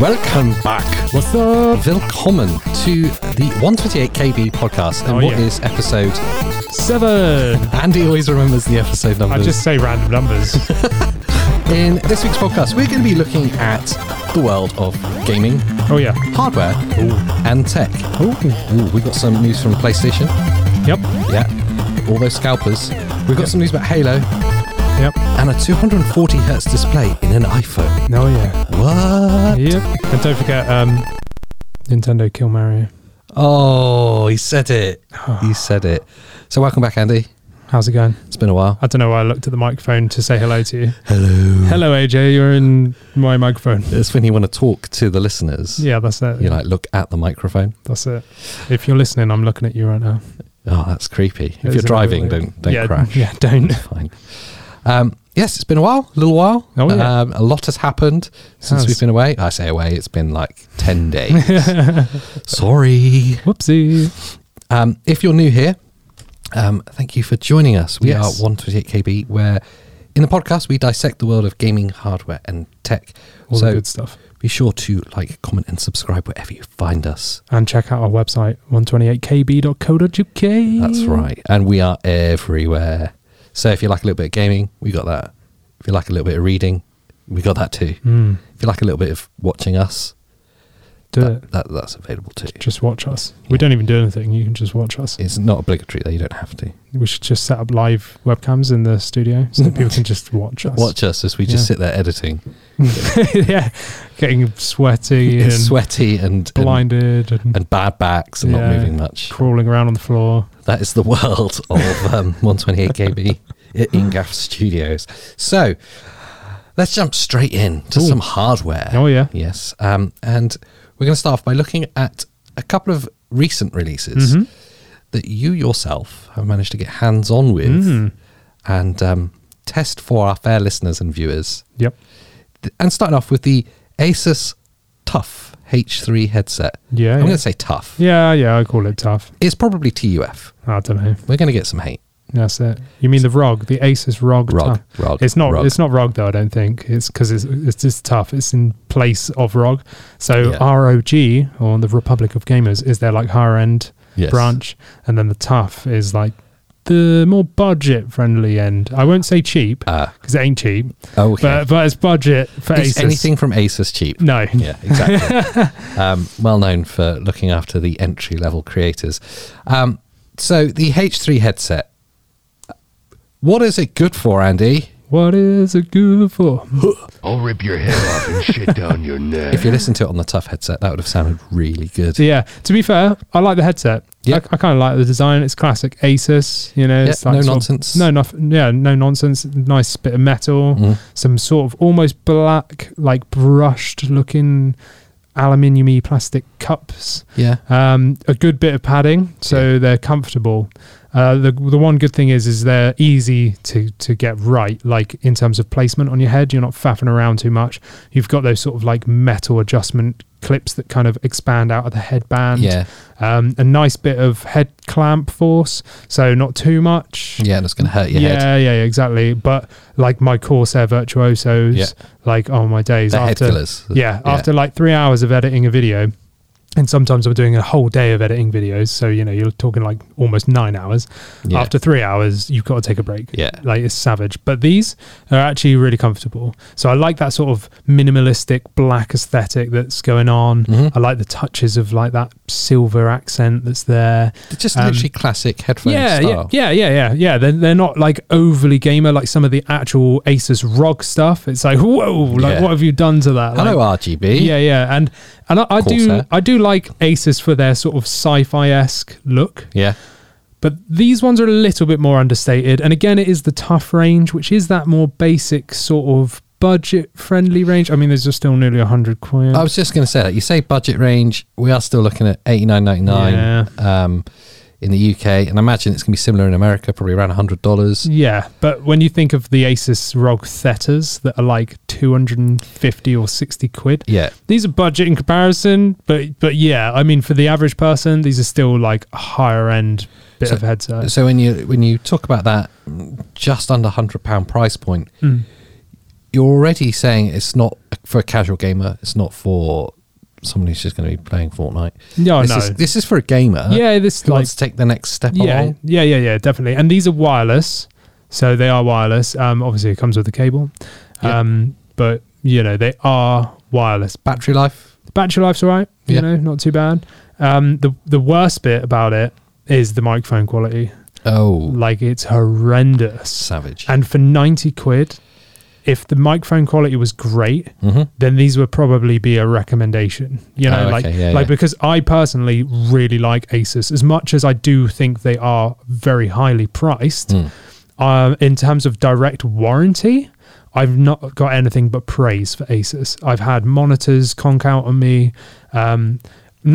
Welcome back. What's up? Welcome to the 128KB podcast. And Oh, what is yeah. episode? Seven. Andy always remembers the episode numbers. I just say random numbers. In this week's podcast, we're going to be looking at the world of gaming, oh yeah. hardware, and tech. Ooh, we got some news from PlayStation. Yep. Yeah. All those scalpers. We've got some news about Halo Yep. and a 240 hertz display in an iPhone. No Oh, yeah. What? Yep. And don't forget, um, Nintendo Kill Mario. Oh, he said it. Ah. He said it. So, welcome back, Andy. How's it going? It's been a while. I don't know why I looked at the microphone to say hello to you. Hello. Hello, AJ. You're in my microphone. It's when you want to talk to the listeners. Yeah, that's it. You like look at the microphone. That's it. If you're listening, I'm looking at you right now. Oh, that's creepy. If It you're is a little driving, weird. don't don't yeah, crash. Yeah, don't. Fine. Um, yes, it's been a while, a little while. Oh, yeah. um, a lot has happened since Has. we've been away. I say away, it's been like 10 days. Sorry. Whoopsie. Um, if you're new here, um, thank you for joining us. We Yes. are 128KB, where in the podcast we dissect the world of gaming, hardware, and tech. All so the good stuff. be sure to like, comment, and subscribe wherever you find us. And check out our website, 128kb.co.uk. That's right. And we are everywhere. So if you like a little bit of gaming, we got that. If you like a little bit of reading, we got that too. Mm, If you like a little bit of watching us, do it. that, that that's available too. Just watch us. We don't even do anything. You can just watch us. It's not obligatory though, you don't have to. We should just set up live webcams in the studio so that people can just watch us. Watch us as we just Yeah. sit there editing. yeah, getting sweaty and It's sweaty and, and blinded and, and bad backs and not Yeah. moving much. crawling around on the floor. That is the world of um, 128KB at Ingaff Studios. So let's jump straight in to Ooh. some hardware. Oh yeah, Yes. Um, and we're going to start off by looking at a couple of recent releases Mhm. that you yourself have managed to get hands on with Mm. and um, test for our fair listeners and viewers. yep, Th- And starting off with the Asus Tough H3 headset. yeah, I'm Oh, yeah. going to say tough. yeah, yeah. I call it tough. It's probably TUF. I don't know. We're going to get some hate. That's it. You mean the rog, the Asus rog? Rog, tough. rog. It's not. rog. It's not rog though. I don't think it's because it's it's just tough. It's in place of rog. So Yeah. ROG or the Republic of Gamers is their like higher end Yes. branch, and then the tough is like the more budget friendly end. I won't say cheap Ah. because it ain't cheap, Oh, okay. but but it's budget for Is Asus. anything from Asus cheap? No. Yeah, exactly. um, well known for looking after the entry level creators. Um, so the H3 headset. What is it good for, Andy? What is it good for? I'll rip your head off and shit down your neck. If you listen to it on the tough headset, that would have sounded really good. So yeah, to be fair, I like the headset. Yeah. I, I kind of like the design. It's classic Asus. You know, Yeah, it's like no sort of- nonsense. no, nof- yeah, no nonsense. Nice bit of metal. Mm. Some sort of almost black, like brushed looking aluminium plastic cups. Yeah. Um, a good bit of padding, so they're comfortable. Uh, the the one good thing is is they're easy to to get right, like in terms of placement on your head. You're not faffing around too much. You've got those sort of like metal adjustment clips that kind of expand out of the headband. Yeah. Um, a nice bit of head clamp force, so not too much. Yeah, and it's going to hurt your yeah, head. yeah, yeah, exactly. But like my Corsair virtuosos, Yeah. like oh my days, The head after fillers. yeah, after like three hours of editing a video, and sometimes I'm doing a whole day of editing videos, so you know you're talking like almost nine hours. Yeah. After three hours, you've got to take a break. Yeah. like it's savage. But these are actually really comfortable. So I like that sort of minimalistic black aesthetic that's going on. Mm-hmm. I like the touches of like that silver accent that's there. They're Just Um, literally classic headphone Yeah, yeah, style. yeah, yeah, yeah, yeah. They're, they're not like overly gamer like some of the actual Asus ROG stuff. It's like, whoa, like Yeah. what have you done to that? Hello, Like, RGB. yeah, yeah, and and I, I do Corsair. I do like Asus for their sort of sci-fi esque look, Yeah. but these ones are a little bit more understated. And again, it is the tough range, which is that more basic sort of budget friendly range. I mean, there's just still nearly hundred quid. Oh, I was just going to say that you say budget range. We are still looking at eighty nine ninety nine. Um, in the UK, and I imagine it's going to be similar in America, probably around hundred dollars. Yeah, but when you think of the Asus ROG Thetas that are like 250 or 60 quid, Yeah, these are budget in comparison, but but yeah, I mean for the average person, these are still like a higher end bit So- of headset. So when you when you talk about that mm, just under hundred pound price point, Mm. you're already saying it's not for a casual gamer. It's not for someone who's just going to be playing Fortnite. No, this Oh, no. is this is for a gamer. yeah, this who like wants to take the next step yeah, along. yeah, yeah, yeah, definitely. And these are wireless, so they are wireless. Um, obviously it comes with a cable, Yeah. um, but you know they are wireless. Battery life. battery life's all right. You Yeah. know, not too bad. Um, the the worst bit about it is the microphone quality. Oh, Like it's horrendous. savage. And for ninety quid, if the microphone quality was great, hmm then these would probably be a recommendation. You know, Oh, okay. like Yeah, like yeah. because I personally really like Asus as much as I do think they are very highly priced. Hmm. Um, in terms of direct warranty, I've not got anything but praise for Asus. I've had monitors conk out on me, um,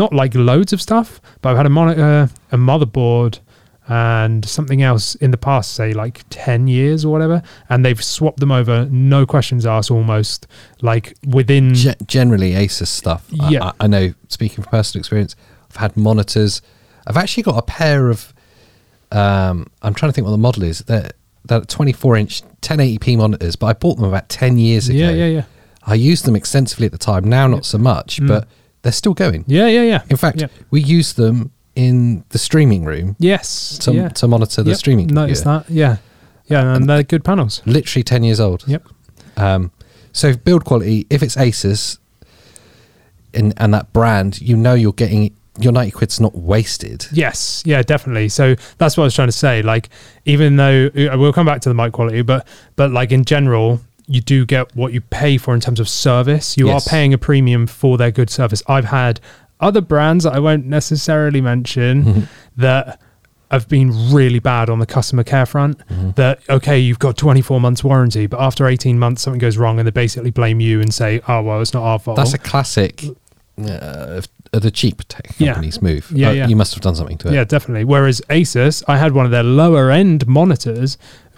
not like loads of stuff, but I've had a monitor, a motherboard, and something else in the past, say like 10 years or whatever, and they've swapped them over, no questions asked, almost like within. Ge- generally, Asus stuff. I- Yeah. I, I know. Speaking from personal experience, I've had monitors. I've actually got a pair of. Um, I'm trying to think what the model is. They're, they're 24 inch 1080p monitors, but I bought them about 10 years ago. yeah, yeah, yeah. I used them extensively at the time. Now, not so much, Mm. but they're still going. Yeah, yeah, yeah. In fact, Yeah. we use them in the streaming room yes. to, yeah. to monitor the Yep, streaming. Notice computer. that. Yeah. Yeah, and they're good panels. Literally 10 years old. Yep. Um, so build quality, if it's Asus and, and that brand, you know you're getting your 90 quid's not wasted. Yes, yeah, definitely. So that's what I was trying to say. Like, even though uh, we'll come back to the mic quality, but but like in general, you do get what you pay for in terms of service. You Yes. are paying a premium for their good service. I've had other brands that I won't necessarily mention Mm-hmm. that have been really bad on the customer care front. Mm-hmm. That okay, you've got 24 months warranty, but after 18 months, something goes wrong, and they basically blame you and say, "Oh well, it's not our fault." That's a classic uh, of- of the cheap tech Yeah. companies move. Yeah, But yeah. You must have done something to it. Yeah, definitely. Whereas Asus, I had one of their lower end monitors.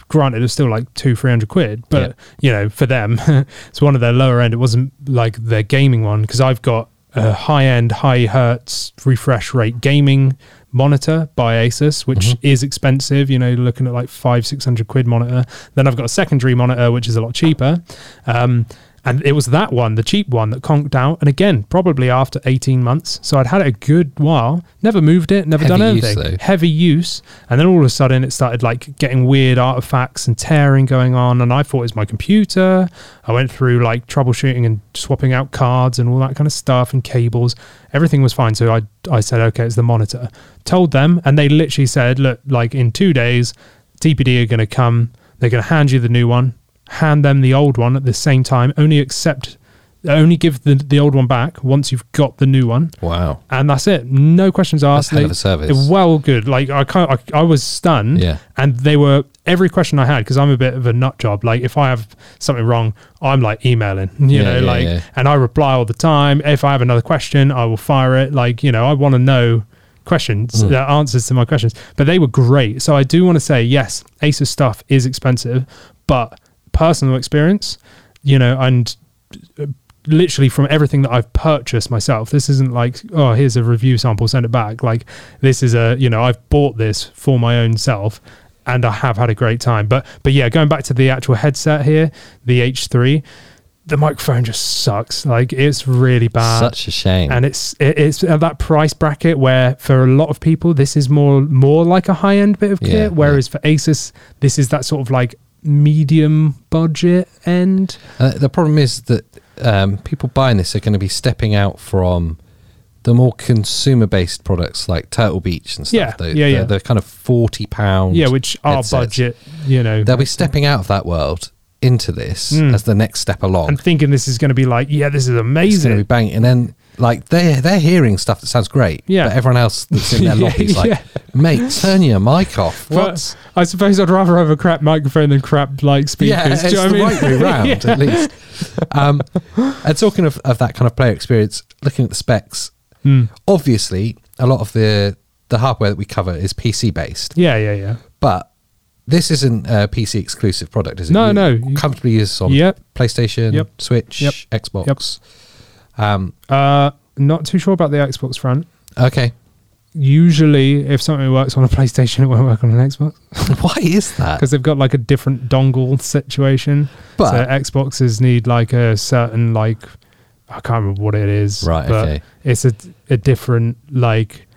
Granted, it was still like two, three hundred quid, but you know, for them, it's one of their lower end. It wasn't like their gaming one because I've got a high end, high hertz refresh rate gaming monitor by Asus, which is expensive. You know, looking at like five, six hundred quid monitor. Then I've got a secondary monitor, which is a lot cheaper. Um, and it was that one, the cheap one, that conked out. And again, probably after 18 months. So I'd had it a good while, never moved it, never Heavy done use, anything. though. Heavy use. And then all of a sudden it started like getting weird artifacts and tearing going on. And I thought it was my computer. I went through like troubleshooting and swapping out cards and all that kind of stuff and cables. Everything was fine. So I, I said, okay, it's the monitor. Told them, and they literally said, look, like in two days, TPD are going to come. They're going to hand you the new one, hand them the old one at the same time. Only accept, only give the, the old one back once you've got the new one, Wow. and that's it. No questions asked. hell of a service. they're Well, good. Like I can't. I, I was stunned. Yeah. And they were every question I had because I'm a bit of a nut job. Like if I have something wrong, I'm like emailing. You Yeah, know, yeah, like yeah. and I reply all the time. If I have another question, I will fire it. Like, you know, I want to know questions, Hmm. the answers to my questions. But they were great. So I do want to say, yes, Asus stuff is expensive, but personal experience, you know, and uh, literally from everything that I've purchased myself, this isn't like, oh, here's a review sample, send it back. Like, this is a, you know, I've bought this for my own self. And I have had a great time, but but yeah, going back to the actual headset here, the H3, the microphone just sucks. Like it's really bad. Such a shame. Uh, and it's it, it's at that price bracket where for a lot of people this is more more like a high end bit of kit, Yeah, yeah. whereas for Asus this is that sort of like medium budget end. Uh, the problem is that um, people buying this are going to be stepping out from the more consumer-based products like Turtle Beach and stuff. Yeah, the, yeah, the, yeah. the kind of forty-pound. Yeah, which are headsets. budget, you know, They'll be stepping out of that world into this Mm. as the next step along. and thinking this is going to be like, yeah, this is it's going to amazing. be banging, and then like they they're hearing stuff that sounds great. Yeah. but everyone else that's in their Yeah, lobby's like, yeah. "Mate, turn your mic off." But What? I suppose I'd rather have a crap microphone than crap like speakers. Yeah, it's do you know the what I right mean? way round Yeah. at least. Um, and talking of, of that kind of player experience, looking at the specs, Hmm. obviously a lot of the the hardware that we cover is PC based, Yeah, yeah, yeah. but this isn't a PC exclusive product, is it? No, You no, you- Comfortably used on Yep. PlayStation, Yep. Switch, Yep. Xbox. Um, Uh, not too sure about the Xbox front. okay. Usually, if something works on a PlayStation, it won't work on an Xbox Why is that? because they've got like a different dongle situation. But- so Xboxes need like a certain like I can't remember what it is. Right, but okay. It's a a different like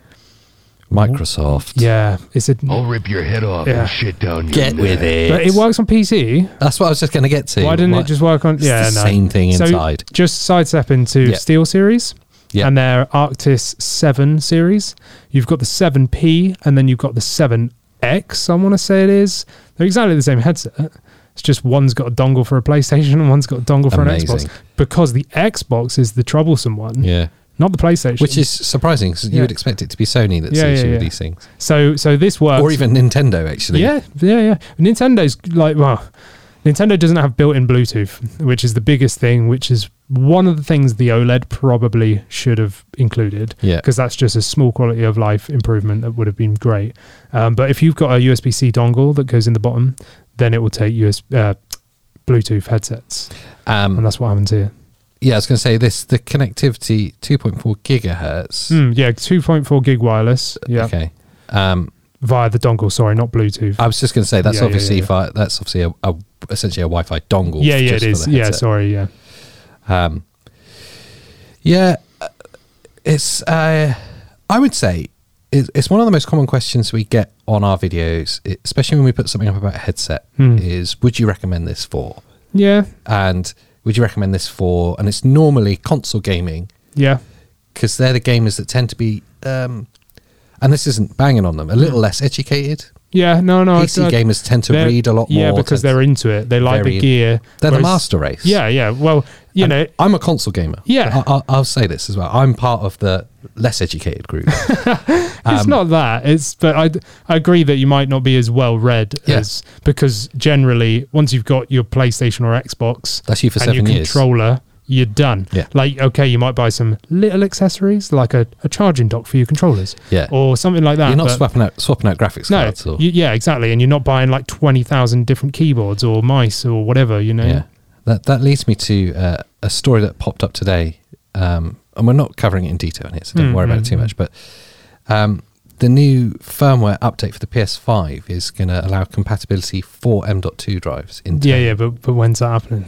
Microsoft. yeah. It's a Oh, I'll rip your head off Yeah. and shit down your Get neck. with it. but it works on PC. That's what I was just going to get to. Why didn't it just work on? It's yeah, the no. same thing So inside. just sidestep into Yeah. Steel Series Yeah. and their Arctis Seven series. You've got the Seven P, and then you've got the Seven X. I want to say it is. They're exactly the same headset. It's just one's got a dongle for a PlayStation and one's got a dongle for an Amazing. Xbox because the Xbox is the troublesome one, Yeah. not the PlayStation. Which is surprising 'cause you Yeah. would expect it to be Sony that Yeah, sees yeah, you yeah. with these things. so so this works. Or even Nintendo, actually. Yeah, yeah, yeah. Nintendo's like, well, Nintendo doesn't have built-in Bluetooth, which is the biggest thing, which is one of the things the OLED probably should have included. Yeah. Because that's just a small quality of life improvement that would have been great. Um, but if you've got a USB-C dongle that goes in the bottom, then it will take US uh, Bluetooth headsets, and Um, that's what happens here. yeah, I was going to say this the connectivity 2.4 gigahertz. Mm, yeah, 2.4 gig wireless. Yeah, Hmm. Okay. Ah, Um, via the dongle. Sorry, not Bluetooth. I was just going to say that's Yeah, yeah, obviously yeah. fi- that's obviously a, a essentially a Wi-Fi dongle. yeah, yeah, it just for is. the Yeah, headset. sorry. Yeah, Um, yeah, uh, it's. Uh, I would say it, it's one of the most common questions we get on our videos, it- especially when we put something up about a headset. Hmm. Is would you recommend this for? yeah, And would you recommend this for? And it's normally console gaming yeah. because they're the gamers that tend to be. Um, and this isn't banging on them. A little less educated. Yeah, no, no. I- PC I- gamers tend to Hmm. Oh, They're- read a lot more. Yeah, because tend they're into it. They like very the in- gear. to- they're the whereas- master race. Yeah, yeah. Well, you know, I'm a console gamer. Yeah. I, I'll, I'll say this as well. I'm part of the less educated group. it's um, not that. It's but I, I agree that you might not be as well read Yeah. as because generally once you've got your PlayStation or Xbox That's you for and seven your years. controller, you're done. Yeah. Like okay, you might buy some little accessories like a, a charging dock for your controllers. Yeah. Or something like that. You're not but- swapping out swapping out graphics No, cards. Or, you- yeah, exactly, and you're not buying like twenty thousand different keyboards or mice or whatever, you know. yeah. That that leads me to uh, a story that popped up today, um, and we're not covering it in detail in here, so don't Mm, worry about mm, it too much. But um, the new firmware update for the PS5 is going to allow compatibility for M.2 drives. In Yeah, yeah, but but when's that happening?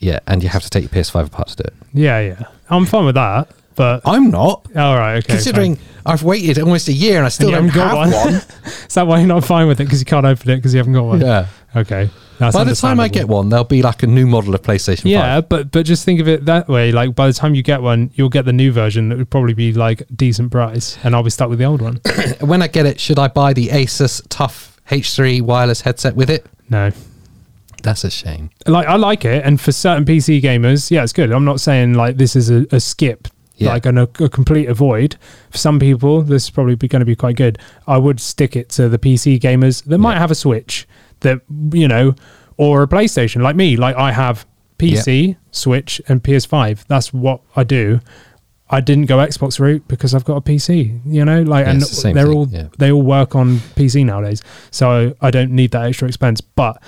yeah, and you have to take your PS5 apart to do it. Yeah, yeah. I'm fine with that. But I'm not. all right, okay. Considering I've waited almost a year and I still you haven't haven't got got one. one. fine. is that why you're not fine with it? Because you can't open it because you haven't got one. yeah. Okay. That's By the time I get understandable. one, there'll be like a new model of PlayStation Yeah, but but just think of it that way. Like by the time you get one, you'll get the new version that would probably be like decent price, and I'll be stuck with the old one. 5. When I get it, should I buy the Asus Tough H3 wireless headset with it? no. That's a shame. Like I like it, and for certain PC gamers, yeah, it's good. I'm not saying like this is a, a skip, Yeah. like an, a, a complete avoid. For some people, this is probably going to be quite good. I would stick it to the PC gamers that might have a Switch that you know, or a PlayStation, like me. Like I have PC, Switch, and PS5. That's what I do. I didn't go Xbox route because I've got a PC, you know, like, Yeah, and it's the same they're thing, all yeah. they all work on PC nowadays, so I don't need that extra expense. But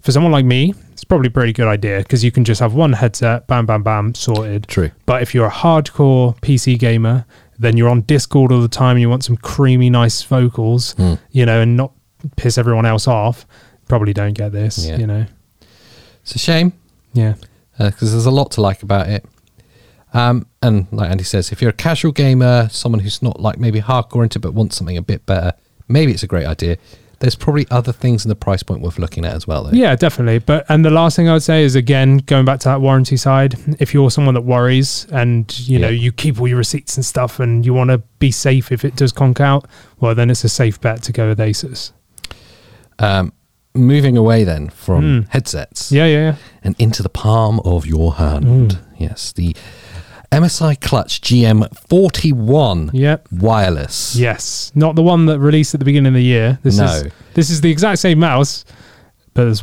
for someone like me, it's probably a pretty good idea because you can just have one headset, bam, bam, bam, sorted. True. But if you're a hardcore PC gamer, then you're on Discord all the time and you want some creamy, nice vocals, Hmm. you know, and not piss everyone else off, probably don't get this, Yeah. you know. It's a shame Yeah. because there's a lot to like about it. Um, and like Andy says, if you're a casual gamer, someone who's not like maybe hardcore into but wants something a bit better, maybe it's a great idea. There's probably other things in the price point worth looking at as well, though. Yeah, definitely. But and the last thing I would say is again going back to that warranty side. If you're someone that worries and you know Yeah. you keep all your receipts and stuff, and you want to be safe if it does conk out, well then it's a safe bet to go with Asus. Um, moving away then from Mm. headsets. Yeah, yeah, yeah. and into the palm of your hand. Mm. Yes, the MSI Clutch GM41 Yep. wireless. Yes, not the one that released at the beginning of the year. This is No. this is the exact same mouse, but it's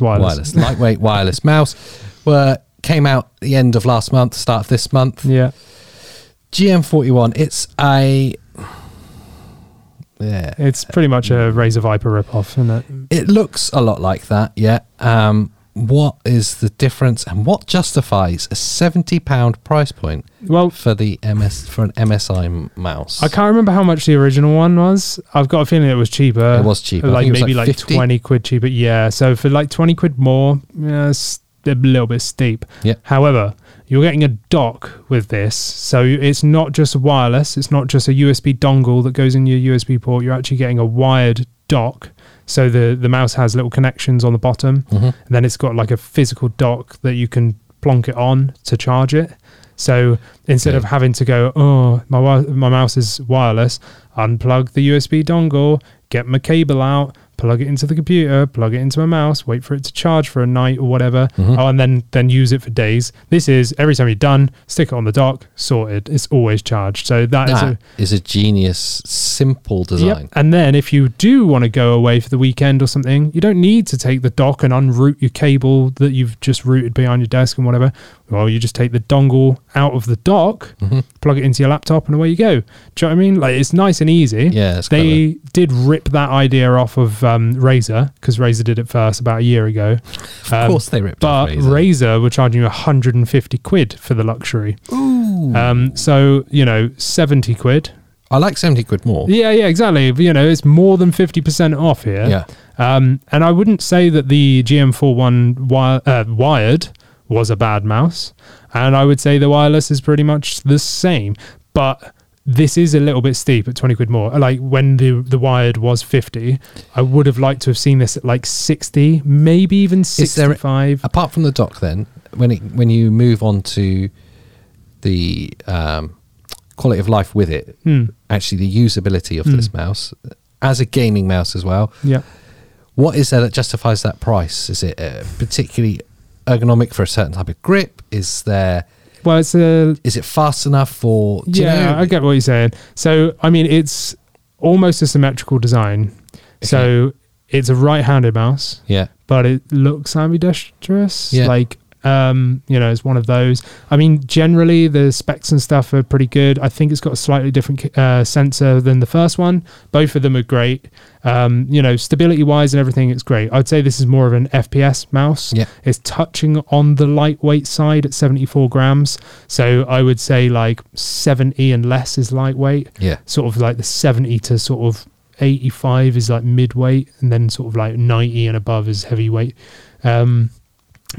Wireless, wireless. lightweight wireless mouse. Were came out the end of last month, start of this month. Yeah, GM41, it's a Yeah. It's pretty much a Razor Viper ripoff, isn't it? It looks a lot like that, yeah. Um, what is the difference, and what justifies a seventy pound price point Well, for the MS for an MSI mouse? I can't remember how much the original one was. I've got a feeling it was cheaper. It was cheaper. I Like think it was maybe like like, 50. 20 quid cheaper. Yeah. So for like 20 quid more, yeah, it's a little bit steep. Yeah. However, you're getting a dock with this. So it's not just wireless, it's not just a USB dongle that goes in your USB port. You're actually getting a wired dock. So the, the mouse has little connections on the bottom, and then it's got like a physical dock that you can plonk it on to charge it. So instead of Okay. having to go, oh, my wi- my mouse is wireless, unplug the USB dongle, get my cable out, plug it into the computer, plug it into my mouse, wait for it to charge for a night or whatever, oh, and then then use it for days. This is every time you're done, stick it on the dock, sorted. It's always charged. So that is a That is a genius, simple Yep. design. And then if you do want to go away for the weekend or something, you don't need to take the dock and unroute your cable that you've just routed behind your desk and whatever. Well, you just take the dongle out of the dock, Mm-hmm. plug it into your laptop, and away you go. Do you know what I mean? Like it's nice and easy. Yeah, it's they did rip that idea off of um, Razer because Razer did it first about a year ago. Um, of course, they ripped off But Razer. Razer were charging you 150 quid for the luxury. Ooh. Um, so, you know, 70 quid I like seventy quid more. yeah, yeah, exactly. You know, it's more than 50% off here. Yeah. Um, and I wouldn't say that the GM41 wi- uh, wired was a bad mouse. And I would say the wireless is pretty much the same. But this is a little bit steep at 20 quid more. Like when the, the wired was 50, I would have liked to have seen this at like 60, maybe even Is there- 65. Apart from the dock, then when it when you move on to the um, quality of life with it, Hmm. actually the usability of this mouse as a gaming mouse as well. yeah. What is there that justifies that price? Is it uh, particularly ergonomic for a certain type of grip? Is there Well, it's a is it fast enough for? do you yeah, know- I get what you're saying. So, I mean, it's almost a symmetrical design. So, it's a right-handed mouse, Yeah, but it looks ambidextrous. Yeah. Like, um, you know, it's one of those. I mean, generally the specs and stuff are pretty good. I think it's got a slightly different uh, sensor than the first one. Both of them are great. Um, you know, stability-wise and everything, it's great. I'd say this is more of an FPS mouse. Yeah. It's touching on the lightweight side at 74 grams. So I would say like 70 and less is lightweight. Yeah. Sort of like the 70 to sort of 85 is like midweight, and then sort of like 90 and above is heavyweight, um,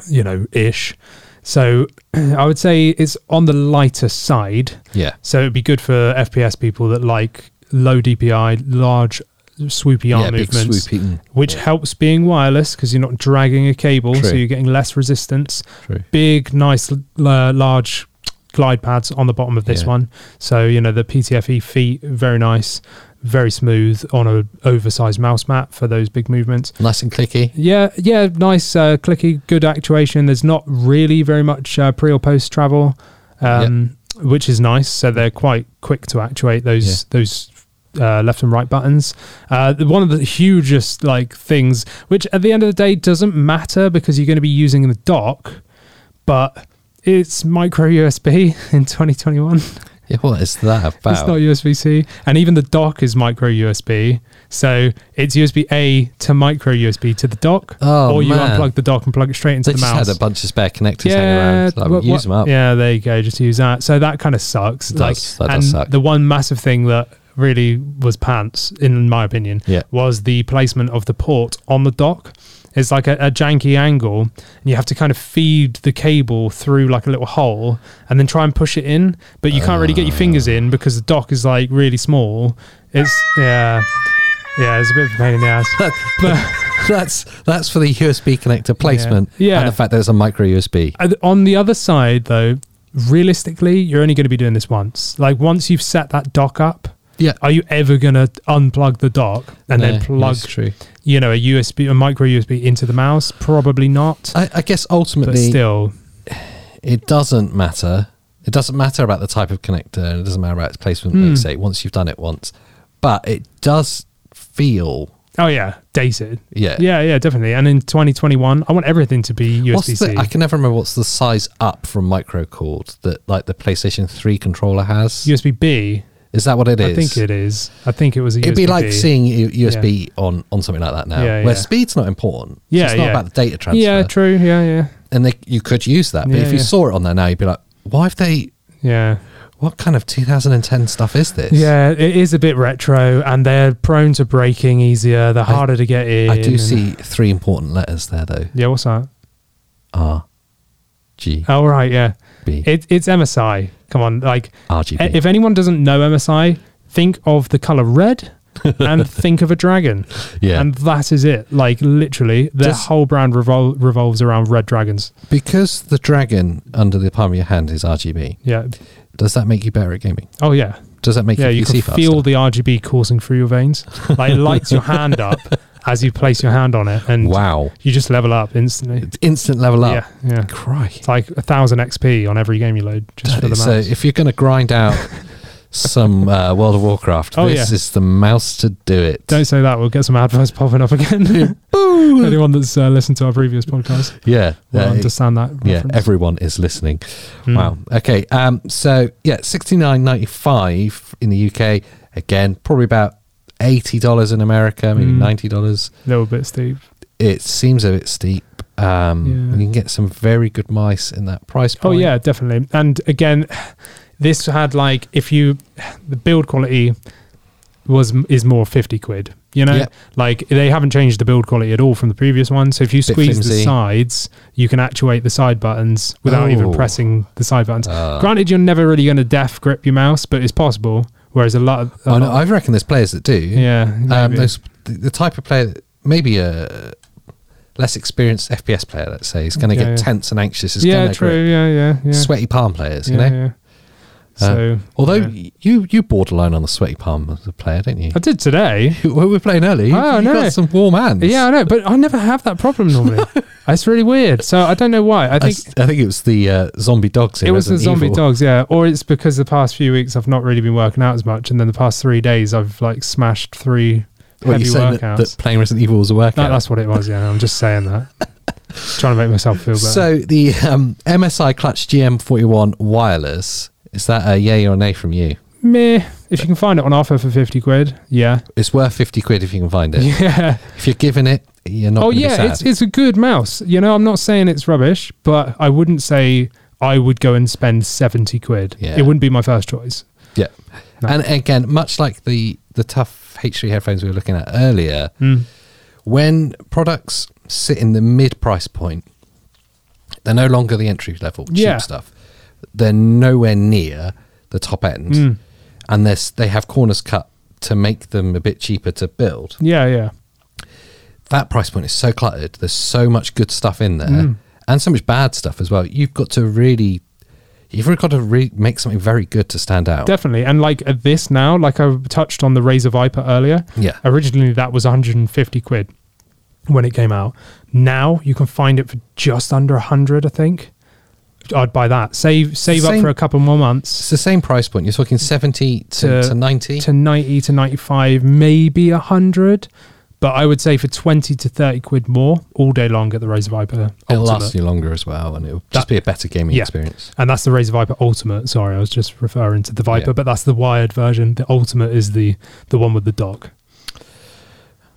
you know, ish. So I would say it's on the lighter side. yeah, So it'd be good for FPS people that like low DPI, large swoopy arm yeah. Big movements swoopy. which helps being wireless because you're not dragging a cable, so True. you're getting less resistance. True. Big, nice, l- uh, large glide pads on the bottom of this Yeah. one. So you know the PTFE E feet, very nice, very smooth on a oversized mouse mat for those big movements. Nice and clicky. Yeah, yeah, nice, uh, clicky, good actuation. There's not really very much uh, pre or post travel, um, which is nice. So they're quite quick to actuate those Yeah. those uh, left and right buttons. Uh, the- one of the hugest like things, which at the end of the day doesn't matter because you're going to be using the dock, but it's micro USB in 2021. Yeah, what is that about? It's not USB C, and even the dock is micro USB. So it's USB A to micro USB to the dock, Oh, or you man. unplug the dock and plug it straight into they the just mouse. had a bunch of spare connectors hanging around. Like, what- use what- them up. Yeah, there you go. Just use that. So that kind of sucks. It like, does. That and does suck. the one massive thing that really was pants, in my opinion, Yeah. was the placement of the port on the dock. It's like a, a janky angle, and you have to kind of feed the cable through like a little hole, and then try and push it in. But you can't really get your fingers Ah. in because the dock is like really small. It's yeah, yeah. It's a bit of a pain in the ass. that's that's for the USB connector placement Yeah. and the fact that it's a micro USB. Uh, on the other side though realistically you're only going to be doing this once like once you've set that dock up Yeah. are you ever going to unplug the dock and Yeah, then plug it's true. you know a usb a micro usb into the mouse probably not I, I guess but ultimately still it doesn't matter. It doesn't matter about the type of connector and it doesn't matter about its placement, Hmm. like you say, once you've done it once. But it does feel oh yeah dated Yeah. yeah yeah definitely and in 2021 i want everything to be what's usb-c the, I can never remember what's the size up from micro cord that like the PlayStation 3 controller has. usb-b Is that what it is? I think it is. I think it was a It'd be like USB. seeing U- USB on, on something like that now, Yeah, where yeah. speed's not important. So Yeah, it's not yeah. about the data transfer. Yeah, true. Yeah, yeah, and they, you could use that. But Yeah, if you yeah. saw it on there now, you'd be like, why have they? yeah. What kind of 2010 stuff is this? Yeah, it is a bit retro, and they're prone to breaking easier. They're harder to get in. I do and- see three important letters there though. Yeah, what's that? R, G, Oh, right, yeah. B, It, it's MSI. Come on, like RGB. if anyone doesn't know MSI, think of the color red and think of a dragon. Yeah. And that is it. Like literally, their Does- whole brand revol- revolves around red dragons. Because the dragon under the palm of your hand is RGB, Yeah. does that make you better at gaming? Oh yeah. Does that make Yeah, you, you PC can faster? feel the RGB coursing through your veins. Like it lights your hand up as you place your hand on it and wow. you just level up instantly. It's instant level up. Yeah, yeah. Cry. It's like a thousand XP on every game you load just for the mouse. So uh, if you're going to grind out some uh, World of Warcraft, Oh, this yeah. is the mouse to do it. Don't say that. We'll get some adverts popping up again. Anyone that's uh, listened to our previous podcast yeah. will uh, understand that. yeah, reference. everyone is listening. Mm. Wow. Okay. Um. So yeah, sixty nine ninety five in the UK. Again, probably about eighty dollars in America, maybe Mm. ninety dollars. little bit steep. It seems a bit steep. Um. Yeah. and You can get some very good mice in that price Oh point. yeah, definitely. And again, this had like if you the build quality was is more fifty quid. You know, Yeah. like they haven't changed the build quality at all from the previous one. So if you Bit squeeze the flimsy. sides, you can actuate the side buttons without even Oh. pressing the side buttons. Ah. Granted, you're never really going to def grip your mouse, but it's possible. Whereas a lot of a I know, lot- I reckon there's players that do. yeah, Um. maybe. There's the, the type of player, that- maybe a less experienced FPS player, let's say, is going to Yeah, get yeah. tense and anxious. Is yeah, gonna true, grip. yeah, yeah, yeah, Sweaty palm players, you yeah, know. yeah. Uh, So Although yeah. you you borderline on the sweaty palm as a player, don't you? I did today. Well, we're playing early. You've- Oh, you've no. got some warm hands. Yeah, I know, but I never have that problem normally. It's really weird. So I don't know why. I I, think s- I think it was the uh, zombie dogs. in it was the Resident zombie Evil. dogs, yeah, or it's because the past few weeks I've not really been working out as much, and then the past three days I've like smashed three What, heavy you saying that, workouts. that playing Resident Evil was a workout? That- that's what it was. Yeah, I'm just saying that, trying to make myself feel better. so the um, MSI Clutch GM41 wireless is that a yay or a nay from you? Meh. If you can find it on offer for fifty quid, yeah, It's worth fifty quid if you can find it. yeah. If you're giving it, you're not. oh gonna be yeah, sad. it's it's a good mouse. You know, I'm not saying it's rubbish, but I wouldn't say I would go and spend seventy quid. Yeah. It wouldn't be my first choice. yeah. No. And again, much like the the tough H3 headphones we were looking at earlier, Mm. when products sit in the mid price point, they're no longer the entry level cheap Yeah. stuff. They're nowhere near the top end, Hmm. and they're, s- they have corners cut to make them a bit cheaper to build. Yeah, yeah. That price point is so cluttered. There's so much good stuff in there, Mm. and so much bad stuff as well. You've got to really, you've really got to re- make something very good to stand out. Definitely. And like at this now, like I touched on the Razor Viper earlier. Yeah. Originally that was 150 quid when it came out. Now you can find it for just under 100, I think. I'd buy that. Save save Same- up for a couple more months It's the same price point. You're talking seventy to, To- to ninety. to 90 to 95, maybe 100. But I would say for 20 to 30 quid more all day long at the Razor Viper. It'll Ultimate. last you longer as well, and it'll just That- be a better gaming Yeah. experience. And that's the Razor Viper Ultimate. Sorry, I was just referring to the Viper, Yeah. but that's the wired version. The Ultimate is the the one with the dock.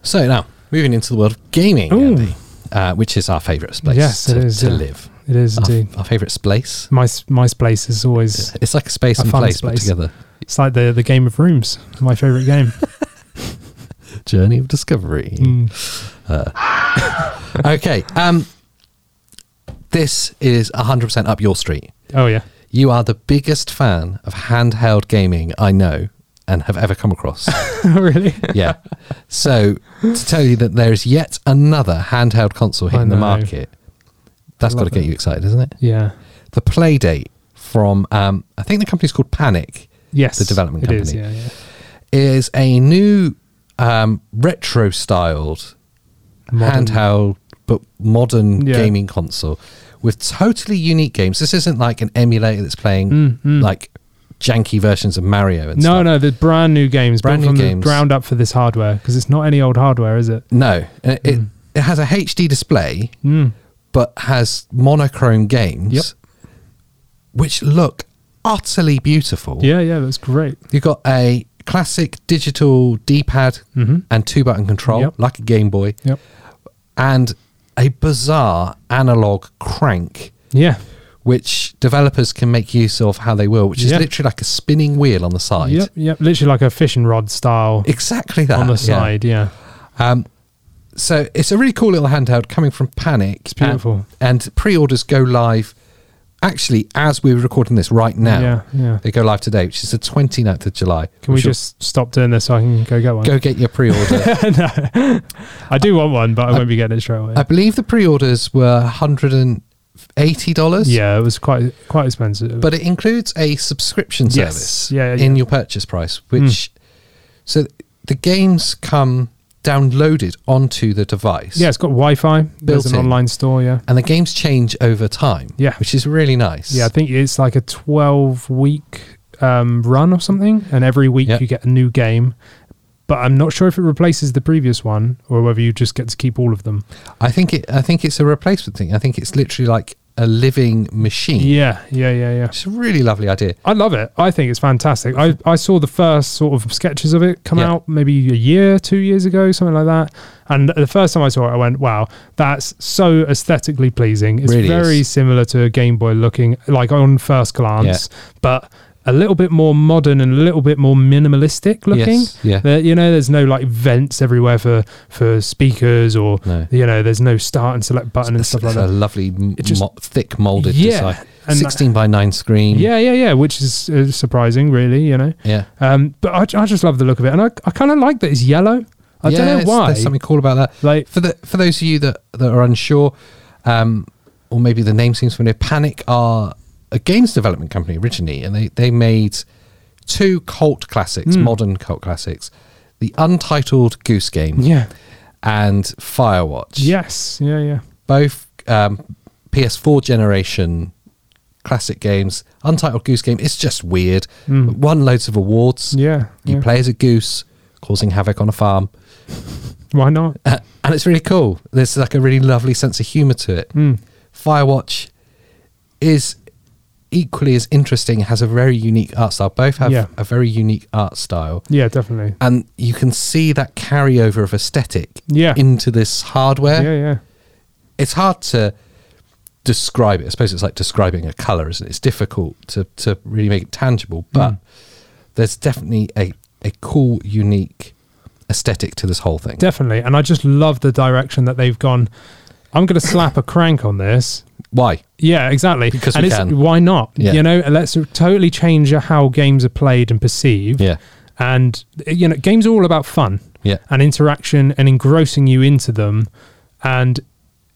So now, moving into the world of gaming, Ooh. Andy, uh, which is our favourite place Yes, it to, is, to yeah. live. It is Our, indeed. our favourite place. My MySpace is always It's like a space A and fun place put space. together. it's like the the game of rooms. My favorite game. Journey of discovery. Mm. okay, um, this is 100% up your street. Oh yeah, You are the biggest fan of handheld gaming I know and have ever come across. Oh, really? yeah. So to tell you that there is yet another handheld console I hitting the know. market, that's I got to love get it. you excited, isn't it? Yeah. The Playdate from um, I think the company's called Panic Yes. The development it is, company. yeah, yeah. is a new um, retro styled Modern. handheld but modern Yeah. gaming console with totally unique games. This isn't like an emulator that's playing Mm, mm. like janky versions of Mario and No, stuff. no, the brand new games, Brand brand new from games. the ground up for this hardware because it's not any old hardware, is it? No, no. It, it, it has a HD display Mm. but has monochrome games, Yep. which look utterly beautiful. Yeah, yeah, that's great. You've got a classic digital D pad and two button control, Mm-hmm. Yep. like a Game Boy, Yep. and a bizarre analog crank, Yeah. which developers can make use of how they will, which is Yeah. literally like a spinning wheel on the side. Yep. Yep. Literally like a fishing rod style Exactly that. on the yeah. side. Yeah. So it's a really cool little handheld coming from Panic. It's beautiful. And, and pre orders go live actually as we're recording this right now. Yeah, yeah. They go live today, which is the 29th of July. Can we which will- just stop doing this so I can go get one? go get your pre order? I do want one, but I, won't be getting it straight away. I believe the pre-orders were hundred and eighty dollars. yeah, it was quite quite expensive. but it includes a subscription Yes. service Yeah, yeah, Hmm. in your purchase price, which so the games come downloaded onto the device. yeah, it's got Wi-Fi. There's Built an in. online store. Yeah. and the games change over time. Yeah. which is really nice. Yeah, I think it's like a 12 week um, run or something, and every week Yeah. you get a new game. But I'm not sure if it replaces the previous one or whether you just get to keep all of them. I think it. I think it's a replacement thing. I think it's literally like a living machine. Yeah, yeah, yeah, yeah. It's a really lovely idea. I love it. I think it's fantastic. I, I saw the first sort of sketches of it come Yeah. out maybe a year, two years ago, something like that. And the first time I saw it, I went, wow, that's so aesthetically pleasing. It's Really very is. similar to a Game Boy looking, like on first glance, but a little bit more modern and a little bit more minimalistic looking. Yes, yeah. There- you know, there's no like vents everywhere for, for speakers or, No. you know, there's no start and select button and It's, stuff like it's that. a lovely, m It just- mo- thick molded Yeah, design. and that- Sixteen by nine screen. Yeah, yeah, yeah, which is uh, surprising, really, you know. yeah. Um, but I, I just love the look of it, and I, I kind of like that it's yellow. I Yeah, don't it's- know why. There's something cool about that. Like- for the for those of you that that are unsure, um, or maybe the name seems familiar. Panic are a games development company originally, and they they made two cult Hmm. classics, modern cult classics, the Untitled Goose Game Yeah. and Firewatch. Yes. Yeah. Yeah. both um, PS4 generation classic games. Untitled Goose Game is just weird. Won loads of awards. Hmm. Yeah. You yeah. play as a goose, causing havoc on a farm. Why not? Uh, and it's really cool. There's like a really lovely sense of humor to it. Hmm. Firewatch is equally as interesting. Has a very unique art style. Both have Yeah. a very unique art style, Yeah. Definitely. and you can see that carryover of aesthetic Yeah. into this hardware. yeah. Yeah. It's hard to describe it. I suppose it's like describing a color, isn't it? It's difficult to to really make it tangible, Hmm. but there's definitely a a cool, unique aesthetic to this whole thing. Definitely. And I just love the direction that they've gone. I'm going to slap a crank on this. Why? Yeah, exactly. Because and we it's, can. why not? Yeah. You know, and let's totally change how games are played and perceived. Yeah. And you know, games are all about fun. Yeah. and interaction and engrossing you into them. And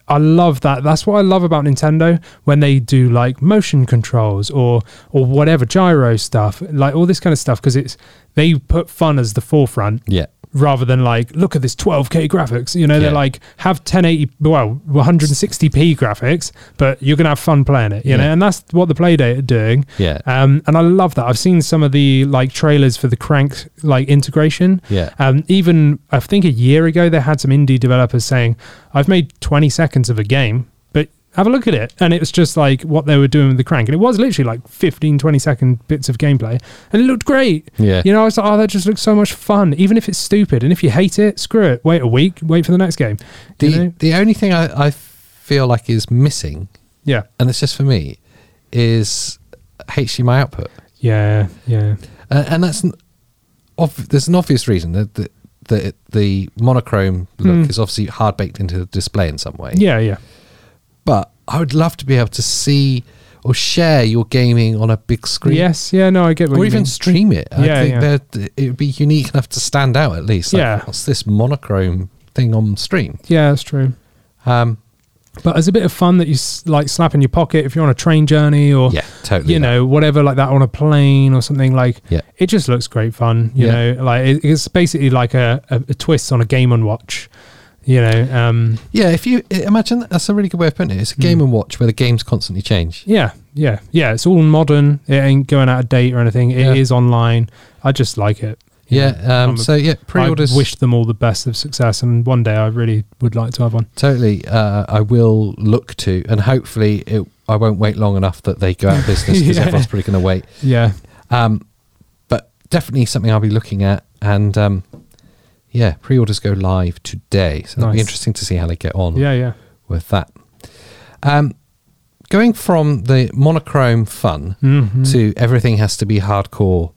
I love that. That's what I love about Nintendo when they do like motion controls or or whatever gyro stuff, like all this kind of stuff, because it's they put fun as the forefront. Yeah. Rather than like, look at this 12k graphics, you know, they're Yeah. like have 1080, well, 160p graphics, but you're gonna have fun playing it, you know, Yeah. and that's what the Playdate are doing. Yeah. Um, and I love that. I've seen some of the like trailers for the Crank like integration. Yeah. Um, even I think a year ago they had some indie developers saying, "I've made 20 seconds of a game, but have a look at it." And it was just like what they were doing with the Crank, and it was literally like 15, 20 second bits of gameplay, and it looked great. Yeah. You know, I was like, "Oh, that just looks so much fun." Even if it's stupid, and if you hate it, screw it. Wait a week. Wait for the next game. The you know? the only thing I, I feel like is missing, Yeah. and it's just for me, is HDMI output, Yeah. Yeah. uh, and that's n- ob- there's an obvious reason that the that it- the monochrome look is obviously hard baked into the display in some way. Hmm. Yeah. Yeah. But I would love to be able to see or share your gaming on a big screen. Yes. Yeah. No, I get what Or you even mean. stream it. I Yeah, think yeah. that it would be unique enough to stand out at least. Like, Yeah. What's this monochrome thing on stream? Yeah, that's true. Um, But as a bit of fun that you s- like slap in your pocket if you're on a train journey or Yeah, totally you that. know whatever like that on a plane or something like Yeah. it just looks great fun you Yeah. know like it, it's basically like a, a, a twist on a game and watch you know um Yeah, if you imagine that- that's a really good way of putting it. It's a game and watch where the games constantly change. Hmm. yeah yeah yeah it's all modern it ain't going out of date or anything It is Yeah. online I just like it Yeah. um, I'm a- so yeah, pre-orders. I wish them all the best of success and one day I really would like to have one totally. Uh, I will look to, and hopefully, it, I won't wait long enough that they go out of business because Yeah. everyone's probably going to wait. Yeah. Um, but definitely something I'll be looking at. And um, yeah, pre orders go live today. So that'll be Nice. interesting to see how they get on Yeah. Yeah. with that. Um, going from the monochrome fun Mhm. to everything has to be hardcore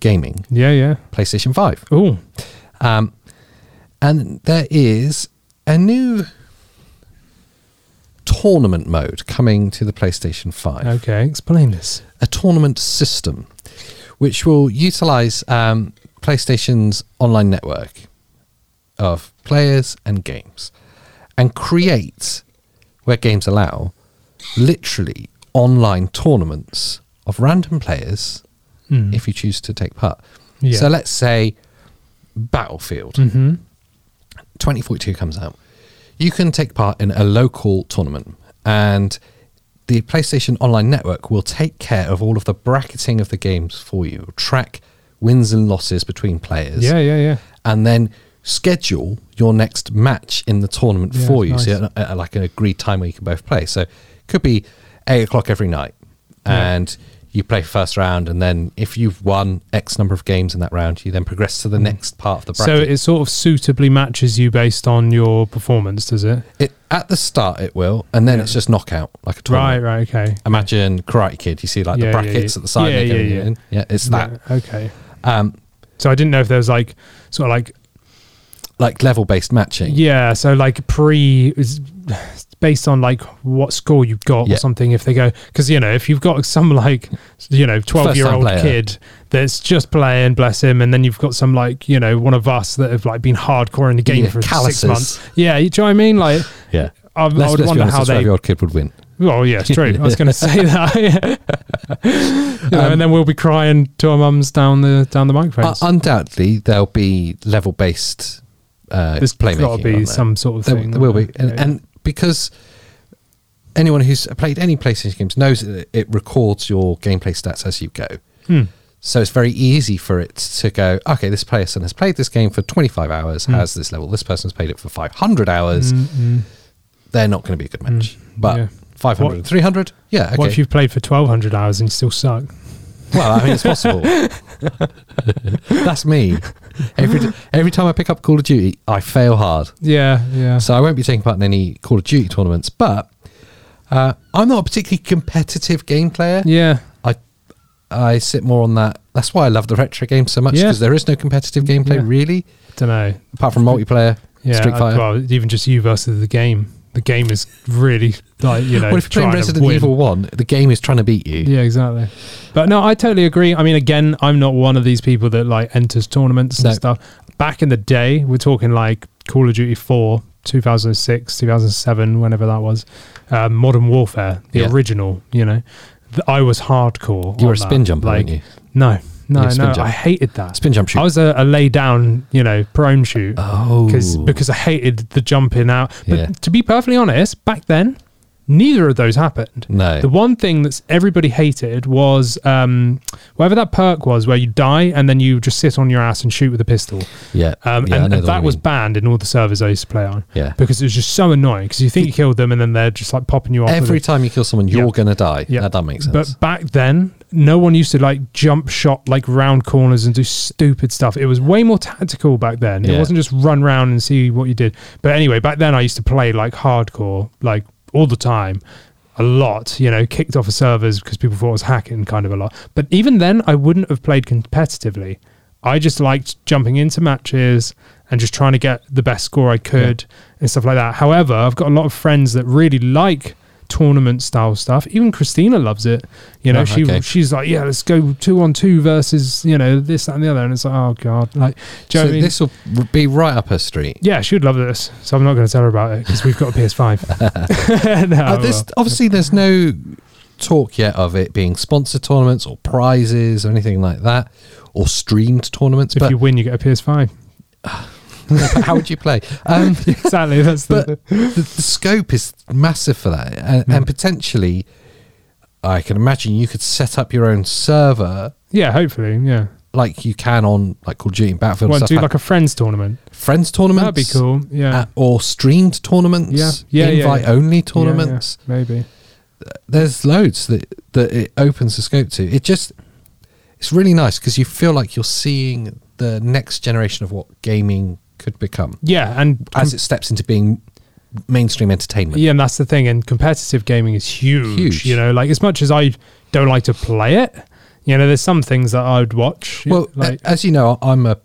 gaming, Yeah. Yeah. PlayStation 5. Oh. Um, and there is a new tournament mode coming to the PlayStation 5 Okay. Explain this. a tournament system which will utilize um, PlayStation's online network of players and games and create, where games allow, literally online tournaments of random players Mm. if you choose to take part. Yeah. So let's say Battlefield hmm 2042 comes out, you can take part in a local tournament and the PlayStation Online Network will take care of all of the bracketing of the games for you, track wins and losses between players, Yeah. Yeah. Yeah. and then schedule your next match in the tournament Yeah, for you. nice. So, at, at like an agreed time where you can both play. So, it could be eight o'clock every night, Yeah. and you play first round, and then if you've won X number of games in that round, you then progress to the next part of the bracket. Mm. So it sort of suitably matches you based on your performance, does it? It at the start it will, and then it's just knockout like a Right. tournament. Right. Okay. Imagine Karate Kid. You see like Yeah, the yeah, brackets yeah. at the side. Yeah, they're yeah, going yeah. in. yeah. It's that Yeah, okay. um, So I didn't know if there was like sort of like like level based matching. yeah. So like pre is based on like what score you got Yeah. or something. If they go because you know if you've got some like you know twelve year old player. kid that's just playing, bless him, and then you've got some like you know one of us that have like been hardcore in the game Yeah, for calluses. six months. Yeah, you do you know what I mean? Like yeah. I, I Let's, let's would be wonder honest, how a they. twelve year old kid would win. Oh yeah, it's true. I was going to say that. yeah. You know, and then we'll be crying to our mums down the down the Uh, microphones. undoubtedly, there'll be level based uh, There's playmaking. got to on be there. some sort of There, thing. there will be, won't and, Yeah. and because anyone who's played any PlayStation games knows that it- it records your gameplay stats as you go. Hmm. So it's very easy for it to go, okay, this person has played this game for 25 hours, Hmm. has this level. This person's played it for 500 hours. Mm-hmm. They're not going to be a good match. But Hmm. yeah. 500 What- and 300, yeah, okay. What if you've played for 1,200 hours and you still suck? well, I mean, it's possible. That's me. Every, every time I pick up Call of Duty, I fail hard. Yeah, yeah. So I won't be taking part in any Call of Duty tournaments. But uh, I'm not a particularly competitive game player. yeah. I I sit more on that. That's why I love the retro games so much Yeah. because there is no competitive gameplay Yeah. really, Don't know. apart from multiplayer, Yeah. Street I- Fighter. well, well, even just you versus the game. The game is really like, you know, if you're playing trying to Resident win. Evil One, the game is trying to beat you. Yeah, exactly. But no, I totally agree. I mean, again, I'm not one of these people that like enters tournaments No. and stuff. Back in the day, we're talking like Call of Duty 4, 2006, 2007, whenever that was. Uh, Modern Warfare, the Yeah. original, you know. Th- I was hardcore. You were on a spin that. jumper, like, weren't you? No, You no, were a spin no. jump. I hated that. Spin jump shoot. I was a, a lay down, you know, prone shoot. oh, Because because I hated the jumping out. But Yeah. to be perfectly honest, back then, neither of those happened. no, The one thing that's everybody hated was um, whatever that perk was, where you die and then you just sit on your ass and shoot with a pistol. yeah, Um, yeah, I and know and the one that you was mean. banned in all the servers I used to play on yeah. because it was just so annoying. Because you think you killed them and then they're just like popping you off. with Every a- time you kill someone, you're Yeah. gonna die. Yeah. Yeah, that, that makes sense. But back then, no one used to like jump shot like round corners and do stupid stuff. It was way more tactical back then. Yeah. It wasn't just run round and see what you did. But anyway, back then I used to play like hardcore, like all the time, a lot, you know, kicked off of servers because people thought I was hacking kind of a lot. But even then, I wouldn't have played competitively. I just liked jumping into matches and just trying to get the best score I could and stuff like that. However, I've got a lot of friends that really like tournament style stuff. Even Christina loves it. You know, Oh, she okay. she's like, yeah, let's go two on two versus you know this that, and the other, and it's like, oh god, like, do so you know what I mean? this will be right up her street. yeah, she'd love this. So I'm not going to tell her about it because we've got a PS5. no, Uh, this obviously there's no talk yet of it being sponsored tournaments or prizes or anything like that, or streamed tournaments. if But you win, you get a PS5. how would you play? Um, exactly. That's the. but the, the scope is massive for that, and, Hmm. and potentially, I can imagine you could set up your own server yeah, hopefully. Yeah. like you can on like Call of Duty and Battlefield Well, and do stuff, like a friends tournament. friends tournaments. That'd be cool. Yeah. uh, or streamed tournaments, Yeah, yeah, yeah, invite only tournaments. Yeah, yeah, maybe. there's loads that that it opens the scope to. It just it's really nice because you feel like you're seeing the next generation of what gaming could become Yeah, and as it steps into being mainstream entertainment. Um, Yeah, and that's the thing. And competitive gaming is huge. Huge. You know, like as much as I don't like to play it, you know, there's some things that I would watch. Well, a- like as you know, I'm a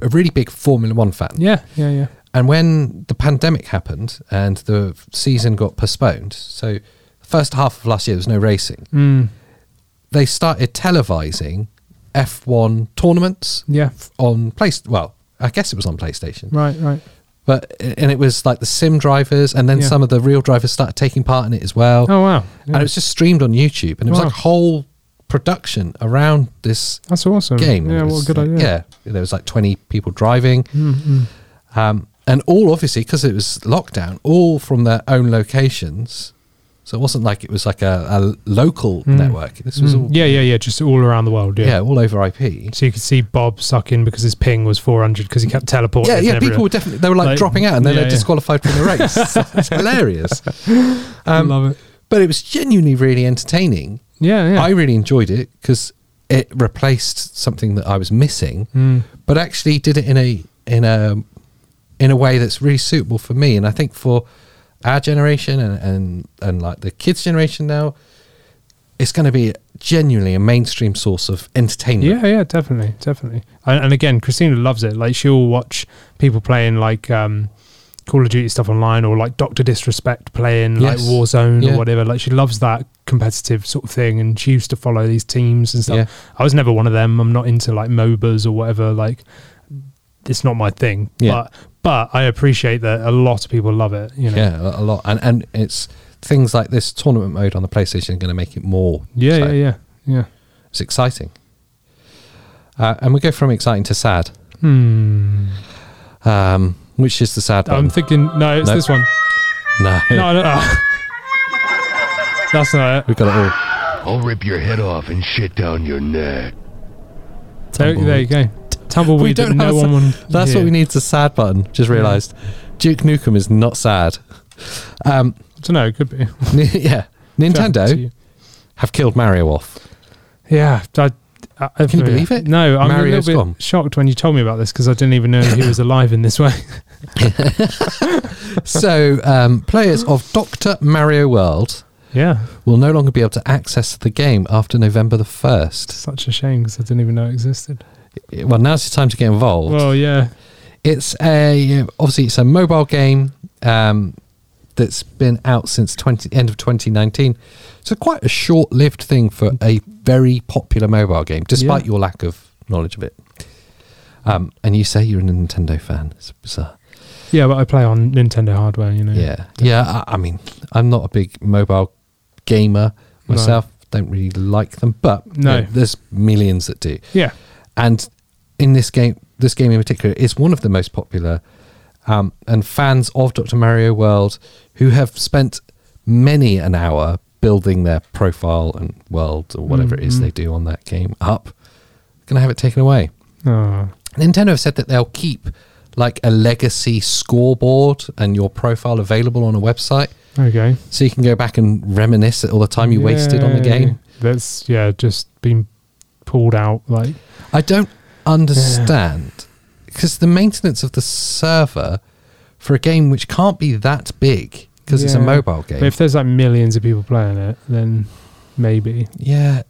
a really big Formula One fan. yeah, yeah, yeah. And when the pandemic happened and the season got postponed, so first half of last year there was no racing. Mm, They started televising F1 tournaments yeah. on place. Well, I guess it was on PlayStation, Right, right. but and it was like the sim drivers, and then Yeah. some of the real drivers started taking part in it as well. Oh wow. And it was just streamed on YouTube, and it was Wow. like whole production around this That's awesome. game. Yeah, It what was, a good uh, idea. Mm, Yeah, there was like twenty people driving, um, and all obviously because it was lockdown, all from their own locations. So it wasn't like it was like a, a local network. This was all Yeah, yeah, yeah. Just all around the world. Hmm. Yeah. yeah, all over IP. So you could see Bob sucking because his ping was 400 because he kept teleporting. Yeah, yeah. everywhere. People were definitely they were like, Like, dropping out and then yeah, they're yeah. disqualified from the race. it's hilarious. Um, love it. But it was genuinely really entertaining. Yeah, yeah. I really enjoyed it because it replaced something that I was missing, Hmm. but actually did it in a in a in a way that's really suitable for me. And I think for our generation and and, and like the kids' generation now, it's going to be genuinely a mainstream source of entertainment. Yeah, yeah, definitely, definitely. And, and again, Christina loves it. Like she'll watch people playing like um, Call of Duty stuff online, or like Doctor Disrespect playing Yes. like Warzone Yeah. or whatever. Like she loves that competitive sort of thing, and she used to follow these teams and stuff. Yeah. I was never one of them. I'm not into like MOBAs or whatever. Like it's not my thing. Yeah. But but I appreciate that a lot of people love it. You know. Yeah, a- a lot, and and it's things like this tournament mode on the PlayStation are going to make it more. Yeah, so yeah, yeah, yeah. It's exciting, uh, and we go from exciting to sad. Hmm. Um, which is the sad one? I'm thinking. No, it's No. this one. no, Um, No, no, no. That's not it. we got it all. I'll rip your head off and shit down your neck. There, there you go. Tumbleweed. We don't that have no a one. sa- would That's hear. what we need. The sad button. Just realised, Duke Nukem is not sad. Um, I don't know. It could be yeah, Nintendo have killed Mario off. Yeah. I, I, I- Can you believe it? No, I'm a Mario's little bit gone. shocked when you told me about this because I didn't even know he was alive in this way. so um, players of Doctor Mario World yeah, will no longer be able to access the game after November the first. such a shame because I didn't even know it existed. Well, now's the time to get involved. Well, yeah, It's a obviously it's a mobile game um, that's been out since twenty end of twenty nineteen. So quite a short lived thing for a very popular mobile game, despite Yeah. your lack of knowledge of it. Um, and you say you're a Nintendo fan. It's bizarre. yeah, but I play on Nintendo hardware. You know. Yeah, yeah. I, I mean, I'm not a big mobile gamer No. myself. Don't really like them, but you No. know, there's millions that do Yeah. and in this game this game in particular is one of the most popular um, and fans of dr mario world who have spent many an hour building their profile and world or whatever it is Mhm. they do on that game up gonna have it taken away Oh. nintendo have said that they'll keep like a legacy scoreboard and your profile available on a website Okay. so you can go back and reminisce at all the time you wasted on the game That's yeah, just been pulled out. Like I don't understand because the maintenance of the server for a game which can't be that big because it's a Yeah. mobile but game. if there's like millions of people playing it, then maybe. yeah.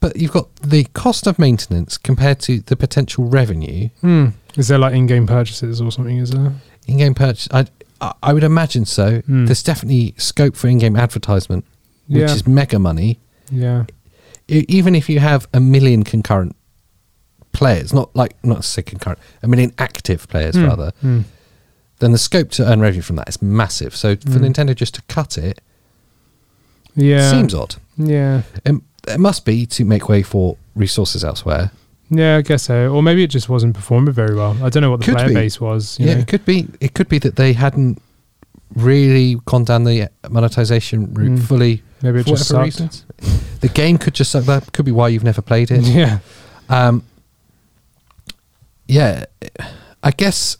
But you've got the cost of maintenance compared to the potential revenue Hmm. Is there like in-game purchases or something? Is there? in game purchase. I, I- I would imagine so. Mm. There's definitely scope for in game advertisement, which Yeah. is mega money. Yeah. E- Even if you have a million concurrent players, not like, not say concurrent, a million active players Hmm. rather, Hmm. then the scope to earn revenue from that is massive. So for Mm. Nintendo just to cut it Yeah. seems odd. Yeah. It, it must be to make way for resources elsewhere. Yeah, I guess so. Or maybe it just wasn't performing very well. I don't know what the Could player be. base was. You yeah, know? it could be. It could be that they hadn't really gone down the monetization route Mm. fully. maybe it for just whatever sucked. reasons. The game could just suck. That could be why you've never played it. Yeah. Um, yeah, I guess.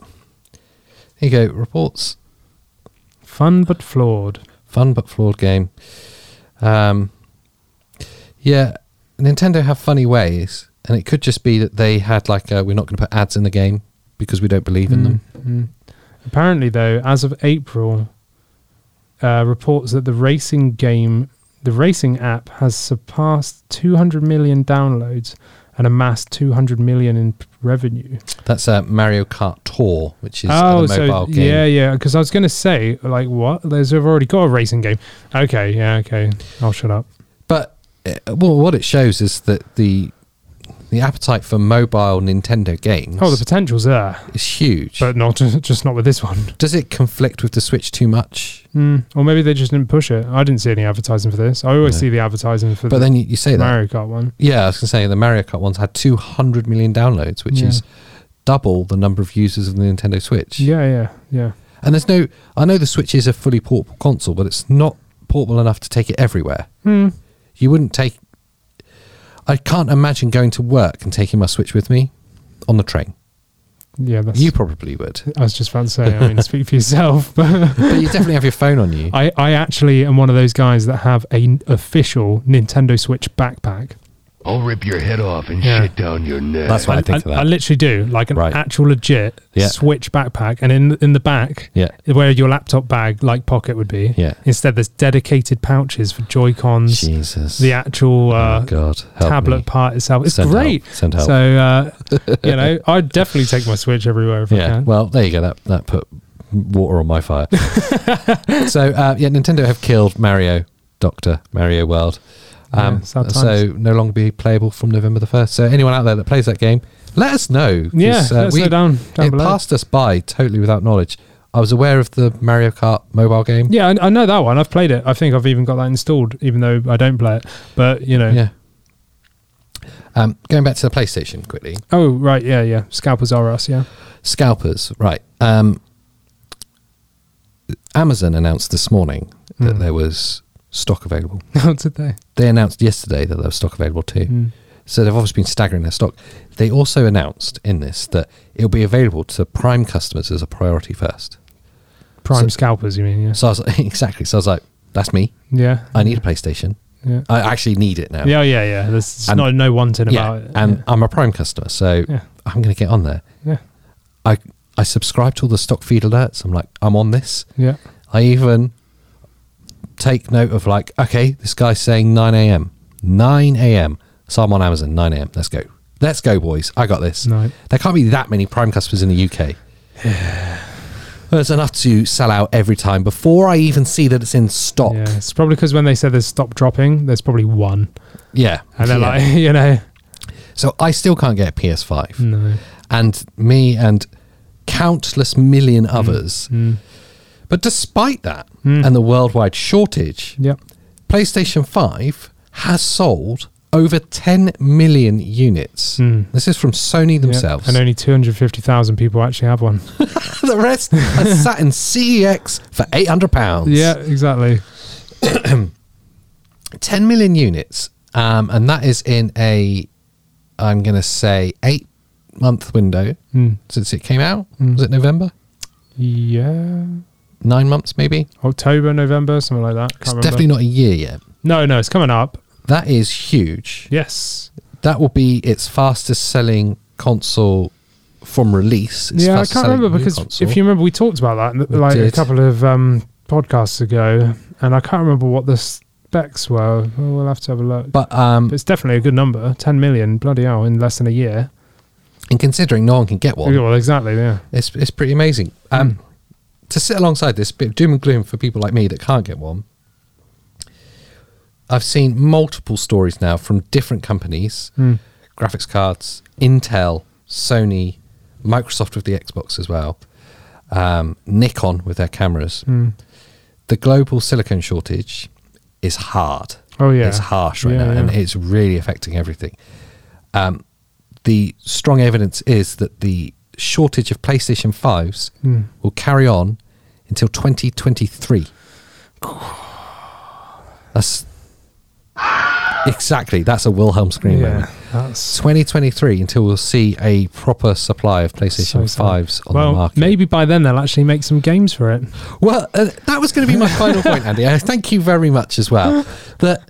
Here you go. Reports. Fun but flawed. Fun but flawed game. Um, yeah, Nintendo have funny ways, and it could just be that they had like a, we're not going to put ads in the game because we don't believe in them. Mm. Apparently, though, as of April, uh, reports that the racing game, the racing app, has surpassed 200 million downloads and amassed 200 million in p- revenue. That's uh, Mario Kart Tour, which is oh, a mobile so game. yeah, yeah. Because I was going to say, like, what? There's they've already got a racing game. Okay, yeah, okay. I'll shut up. But uh, well, what it shows is that the the appetite for mobile Nintendo games Oh, the potential's there, is huge. but not just not with this one. Does it conflict with the Switch too much? Mm, or maybe they just didn't push it. I didn't see any advertising for this. I always No. see the advertising for But the then you, you say that. Mario Kart one. Yeah, I was going to say the Mario Kart ones had 200 million downloads, which Yeah. is double the number of users of the Nintendo Switch. Yeah, yeah, yeah. And there's no, I know the Switch is a fully portable console, but it's not portable enough to take it everywhere. Hmm. You wouldn't take, I can't imagine going to work and taking my Switch with me on the train. Yeah, that's. You probably would. I was just about to say. I mean, speak for yourself. But but you definitely have your phone on you. I, I actually am one of those guys that have an official Nintendo Switch backpack. I'll rip your head off and Yeah. shit down your neck. That's what I think I, of that. I literally do like an Right. actual legit Yeah. Switch backpack, and in in the back, yeah. where your laptop bag like pocket would be. Yeah. Instead, there's dedicated pouches for Joy Cons, Jesus. the actual oh uh, my God. Help tablet me. part itself. It's Send great. Help. Send help. So uh, you know, I'd definitely take my Switch everywhere if I yeah. can. Well, there you go. That that put water on my fire. so uh, yeah, Nintendo have killed Mario Doctor Mario World. Um, Yeah, sad so no longer be playable from November the first. So anyone out there that plays that game, let us know. 'cause, yeah, uh, let's we- go down down it below. passed us by totally without knowledge. I was aware of the Mario Kart mobile game. Yeah, I, I know that one. I've played it. I think I've even got that installed, even though I don't play it. But you know, Yeah. Um, going back to the PlayStation quickly. oh right, yeah, yeah. Scalpers are us. Yeah, Scalpers, right. Um, Amazon announced this morning that Mm. there was stock available. how did they? They announced yesterday that there was stock available too. Mm. So they've obviously been staggering their stock. They also announced in this that it'll be available to Prime customers as a priority first. Prime So- scalpers, you mean? Yeah, So I was like, exactly. So I was like, that's me. yeah, I need a PlayStation. yeah, I actually need it now. yeah, yeah. yeah. There's it's And- not no wanting Yeah. about it. And I'm a Prime customer, so Yeah. I'm going to get on there. yeah, I I subscribe to all the stock feed alerts. I'm like, I'm on this. yeah, I even take note of like, okay, this guy's saying 9 a.m. 9 a.m. So I'm on Amazon, 9 a.m. Let's go. Let's go, boys. I got this. No. There can't be that many Prime customers in the UK. There's enough to sell out every time before I even see that it's in stock. yeah. It's probably because when they said there's stop dropping, there's probably one, Yeah. and they're Yeah. like, you know, so I still can't get a PS5. no, And me and countless million others. mm. But despite that Mm. and the worldwide shortage, yeah, PlayStation 5 has sold over 10 million units. Mm. This is from Sony yeah. themselves. and only two hundred fifty thousand people actually have one. the rest are sat in CEX for 800 pounds. yeah, exactly. 10 million units. Um, and that is in a, I'm going to say, eight month window Mm. since it came out. Mm. Was it November? Yeah, Nine months, maybe? October, November, something like that. Can't It's remember. definitely not a year yet. No, no, it's coming up. That is huge. Yes. That will be its fastest selling console from release. Its yeah, I fastest can't selling remember new because console. if you remember, we talked about that in the- We like a did. couple of um, podcasts ago, and I can't remember what the specs were. Well, we'll have to have a look. But But um, it's definitely a good number. Ten million, bloody hell, in less than a year. and considering no one can get one, Well, exactly. Yeah. it's it's pretty amazing. Um, To sit alongside this bit of doom and gloom for people like me that can't get one, I've seen multiple stories now from different companies, Mm. graphics cards, Intel, Sony, Microsoft with the Xbox as well, um, Nikon with their cameras. Mm. The global silicon shortage is hard. Oh yeah. It's harsh right Yeah, now, and yeah. it's really affecting everything. Um, the strong evidence is that the shortage of PlayStation 5s Mm. will carry on until 2023. That's exactly. That's a Wilhelm scream moment. that's 2023 until we'll see a proper supply of PlayStation So sad. 5s on the well, market. maybe by then they'll actually make some games for it. Well, uh, that was going to be my final point, Andy. Uh, thank you very much as well. That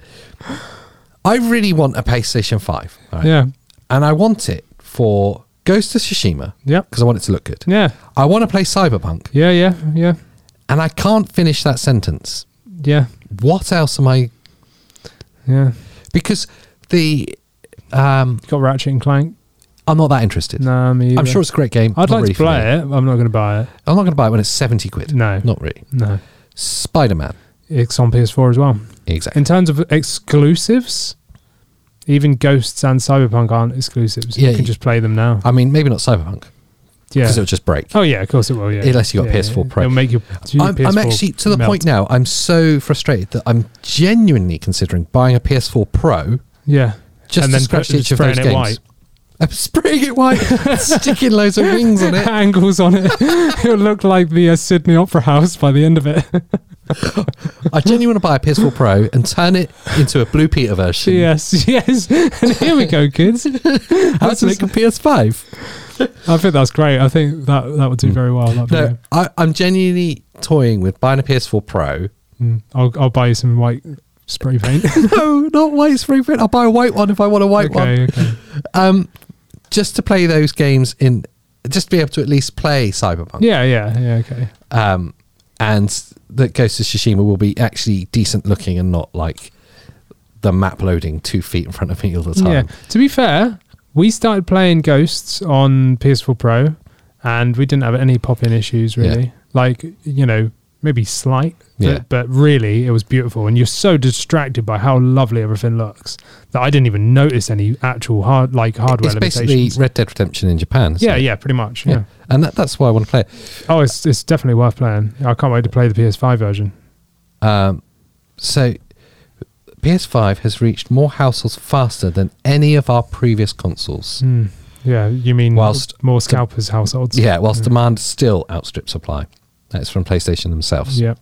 I really want a PlayStation 5. all right? Yeah, And I want it for Ghost of Tsushima yeah, because I want it to look good. yeah, I want to play Cyberpunk yeah, yeah, yeah, and I can't finish that sentence. yeah, What else am I. yeah. Because the. Um, Got Ratchet and Clank. I'm not that interested. Nah, me. I'm either. sure it's a great game. I'd Not like really to for play me. it. I'm not going to buy it. I'm not going to buy it when it's 70 quid. No. Not really. No, Spider Man. it's on PS4 as well. Exactly. In terms of exclusives, even Ghosts and Cyberpunk aren't exclusives. Yeah, you can y- just play them now. I mean, maybe not Cyberpunk yeah. because it'll just break. Oh yeah, of course it will. Yeah. Unless you got Yeah, PS4 yeah. Pro. It'll make your, your I'm, I'm PS4 actually to the melt. point now. I'm so frustrated that I'm genuinely considering buying a PS4 Pro Yeah. just And to then scratch put- the itch of spraying those it games. white. I'm spraying it white, sticking loads of rings on it. Angles on it. It'll look like the uh, Sydney Opera House by the end of it. I genuinely want to buy a PS4 Pro and turn it into a Blue Peter version. yes, yes. And here we go, kids. How to make a PS5? I think that's great. I think that that would do very well. That Mm. No, video. I, I'm genuinely toying with buying a PS4 Pro. Mm. I'll I'll buy you some white spray paint. No, not white spray print. I'll buy a white one if I want a white one. okay, okay. Um, just to play those games in, just to be able to at least play Cyberpunk. Yeah, yeah, yeah. Okay. um, and that Ghost of Tsushima will be actually decent looking and not like the map loading two feet in front of me all the time. Yeah. To be fair, we started playing Ghosts on PS4 Pro, and we didn't have any pop-in issues really. Yeah. Like you know, maybe slight, but, Yeah. but really it was beautiful. And you're so distracted by how lovely everything looks that I didn't even notice any actual hard like hardware it's basically limitations. Red Dead Redemption in Japan. isn't yeah, it? yeah, pretty much. Yeah. Yeah. And that, that's why I want to play it. Oh, it's it's definitely worth playing. I can't wait to play the PS5 version. Um, so PS5 has reached more households faster than any of our previous consoles. Mm. Yeah, you mean Whilst- more scalpers households? Yeah, whilst demand still outstrips supply. That's from PlayStation themselves. Yeah.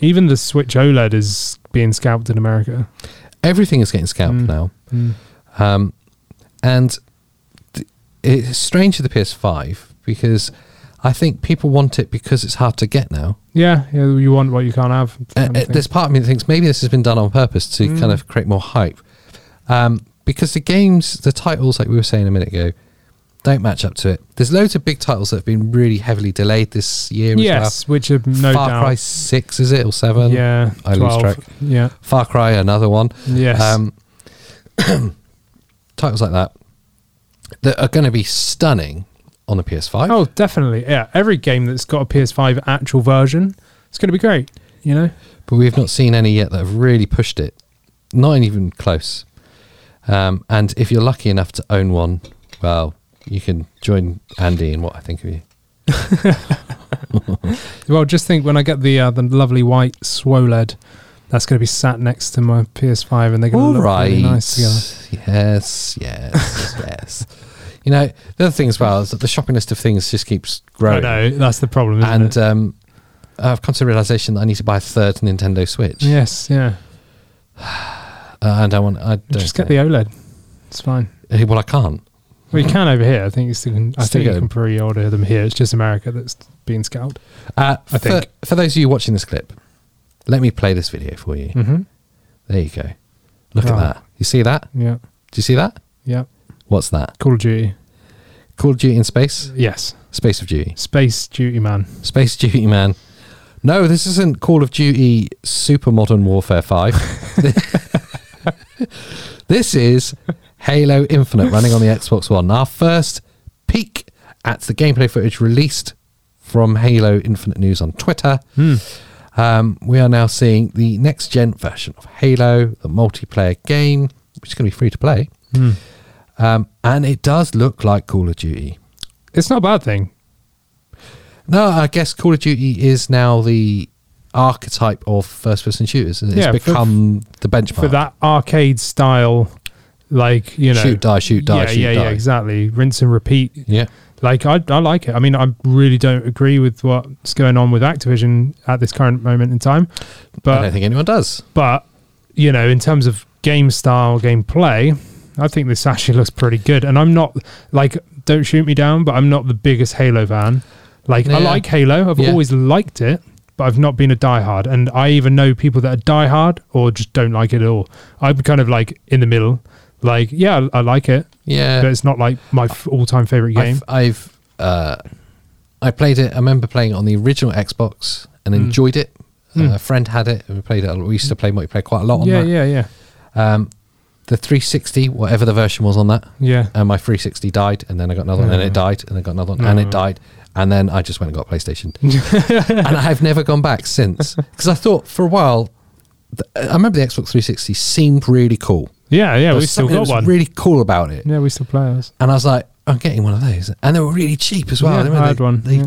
Even the Switch OLED is being scalped in America. Everything is getting scalped Mm. now. Um, and th- it's strange with the PS5 because I think people want it because it's hard to get now. Yeah, yeah, you want what you can't have. Uh, kind uh, of thing. there's part of me that thinks maybe this has been done on purpose to Mm. kind of create more hype. Um, because the games, the titles, like we were saying a minute ago, don't match up to it. There's loads of big titles that have been really heavily delayed this year yes, which are as no well. Far doubt. Cry 6, is it, or 7? yeah, I lose 12. track. Yeah, Far Cry, another one. yes, Um, titles like that that are going to be stunning on the PS5. oh, definitely. Yeah, every game that's got a PS5 actual version, it's going to be great. You know, but we've not seen any yet that have really pushed it. Not even close. Um, and if you're lucky enough to own one, well, you can join Andy in what I think of you. well, just think when I get the uh, the lovely white SWOLED, that's going to be sat next to my PS5, and they're going to look really nice together. Yes, yes, yes. You know, the other thing as well is that the shopping list of things just keeps I growing. know that's the problem, isn't And it? um, I've come to the realization that I need to buy a third Nintendo Switch. yes, yeah. Uh, and I want. I don't Just get know. the OLED. It's fine. Eh, Well, I can't. Well, you can over here. I think you still can. I Still think you get can pre-order them here. It's just America that's being scalped. Uh, I for, think. for those of you watching this clip, let me play this video for you. Mm-hmm. There you go. Look at Oh. that. You see that? Yeah. Do you see that? Yeah. What's that? Call of Duty. Call of Duty in space? Yes. Space of Duty. Space Duty Man. Space Duty, man. No, this isn't Call of Duty Super Modern Warfare 5. this is Halo Infinite running on the Xbox One. Our first peek at the gameplay footage released from Halo Infinite News on Twitter. Um, we are now seeing the next gen version of Halo, the multiplayer game, which is going to be free to play. Um, and it does look like Call of Duty. It's not a bad thing. No, I guess Call of Duty is now the archetype of first person shooters. And it's Yeah, for- become the benchmark. For that arcade style, like, you know. Shoot, die, shoot, die, yeah, shoot, yeah, die. Yeah, exactly. Rinse and repeat. Yeah. Like, I, I like it. I mean, I really don't agree with what's going on with Activision at this current moment in time. I don't But, think anyone does. but you know, in terms of game style, game play, I think this actually looks pretty good. And I'm not like, don't shoot me down, but I'm not the biggest Halo fan. Like, I Yeah. like Halo. I've Yeah. always liked it, but I've not been a diehard. And I even know people that are diehard or just don't like it at all. I'm kind of like in the middle. Like, yeah, I I like it, Yeah. but it's not like my f- all-time favorite game. I've, I've uh, I played it. I remember playing it on the original Xbox Hmm. and enjoyed it. Uh, a friend had it, and we played it. a lot. We used to play multiplayer quite a lot on yeah, that. yeah, yeah, Um, the 360, whatever the version was on that, yeah. and my 360 died, and then I got another one, and it died, and I got another one, and it died, and then I just went and got a PlayStation, and I have never gone back since because I thought for a while. th- I remember the Xbox 360 seemed really cool. Yeah, yeah, There we was Oh, still something that got was one. Really cool about it. yeah, we still play ours. And I was like, I'm getting one of those. And they were really cheap as well. Yeah, They were- I had they- one, They, yeah.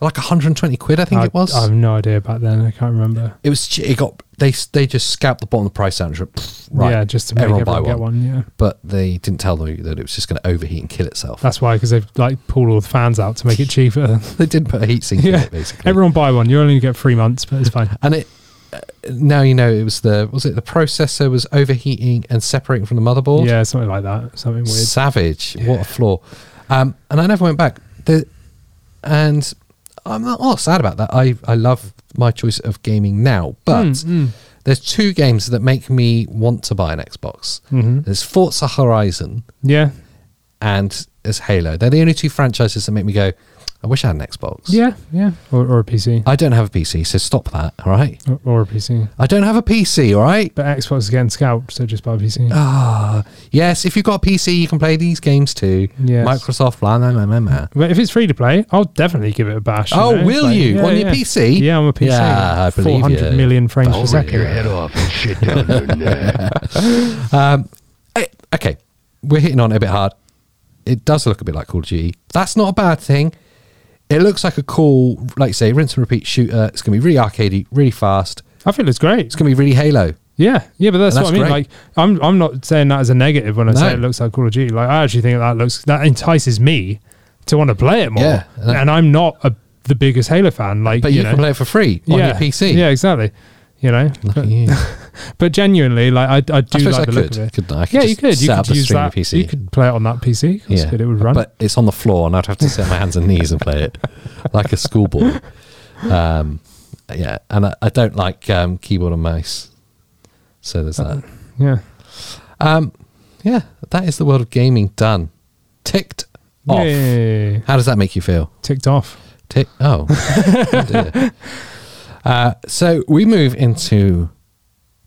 Like 120 quid, I think it was. I have no idea back then. I can't remember. it was. che- It got. They they just scalped the bottom of the price down. and just, pfft, Right. Yeah, just to make everyone, get one. Yeah, But they didn't tell them that it was just going to overheat and kill itself. that's why because they've like pulled all the fans out to make it cheaper. they didn't put a heat sink in yeah, it basically. everyone buy one. You only get three months, but it's fine. and it uh, now you know it was the was it the processor was overheating and separating from the motherboard. Yeah, something like that. Something weird. Savage. What a flaw. Um, and I never went back. The, and I'm not all sad about that. I, I love my choice of gaming now. But Mm, there's two games that make me want to buy an Xbox. Mhm. There's Forza Horizon Yeah, and there's Halo. They're the only two franchises that make me go, I wish I had an Xbox. yeah, yeah. Or, or a PC, I don't have a PC, so stop that, all right? or, or a PC. I don't have a PC, all right? But Xbox is getting scalped, so just buy a PC. Ah, yes, if you've got a PC, you can play these games too. Yes. Microsoft, blah, blah, blah, blah, blah. But if it's free to play, I'll definitely give it a bash. Oh, know? will you? On your PC? Yeah, on a PC. Yeah, I believe Four hundred you. million frames per I'll rip your second. head off and shit down your neck. Eh, okay, we're hitting on it a bit hard. It does look a bit like Call of Duty. That's not a bad thing. It looks like a cool, like you say, rinse and repeat shooter. It's going to be really arcadey, really fast. I feel it's great. It's going to be really Halo. Yeah, yeah, but that's, And what I that's mean. great. Like, I'm I'm not saying that as a negative when I No. say it looks like Call of Duty. Like, I actually think that looks that entices me to want to play it more. Yeah, and that- and I'm not a, the biggest Halo fan. Like, But you, know, can play it for free on yeah, your PC. Yeah, exactly. You know, Look but, at you. but genuinely, like, I I do suppose like I the look could, of it. couldn't I? I could yeah, just you could. You set up could a use stream that. PC. You could play it on that PC. That's Yeah. good. It would run. But it's on the floor, and I'd have to sit on my hands and knees and play it like a schoolboy. Um, yeah, and I, I don't like um, keyboard and mouse. So there's that. yeah, Um, yeah, that is the world of gaming done. Ticked off. Yay. How does that make you feel? ticked off. Tick. Oh. Oh, dear. Uh, so we move into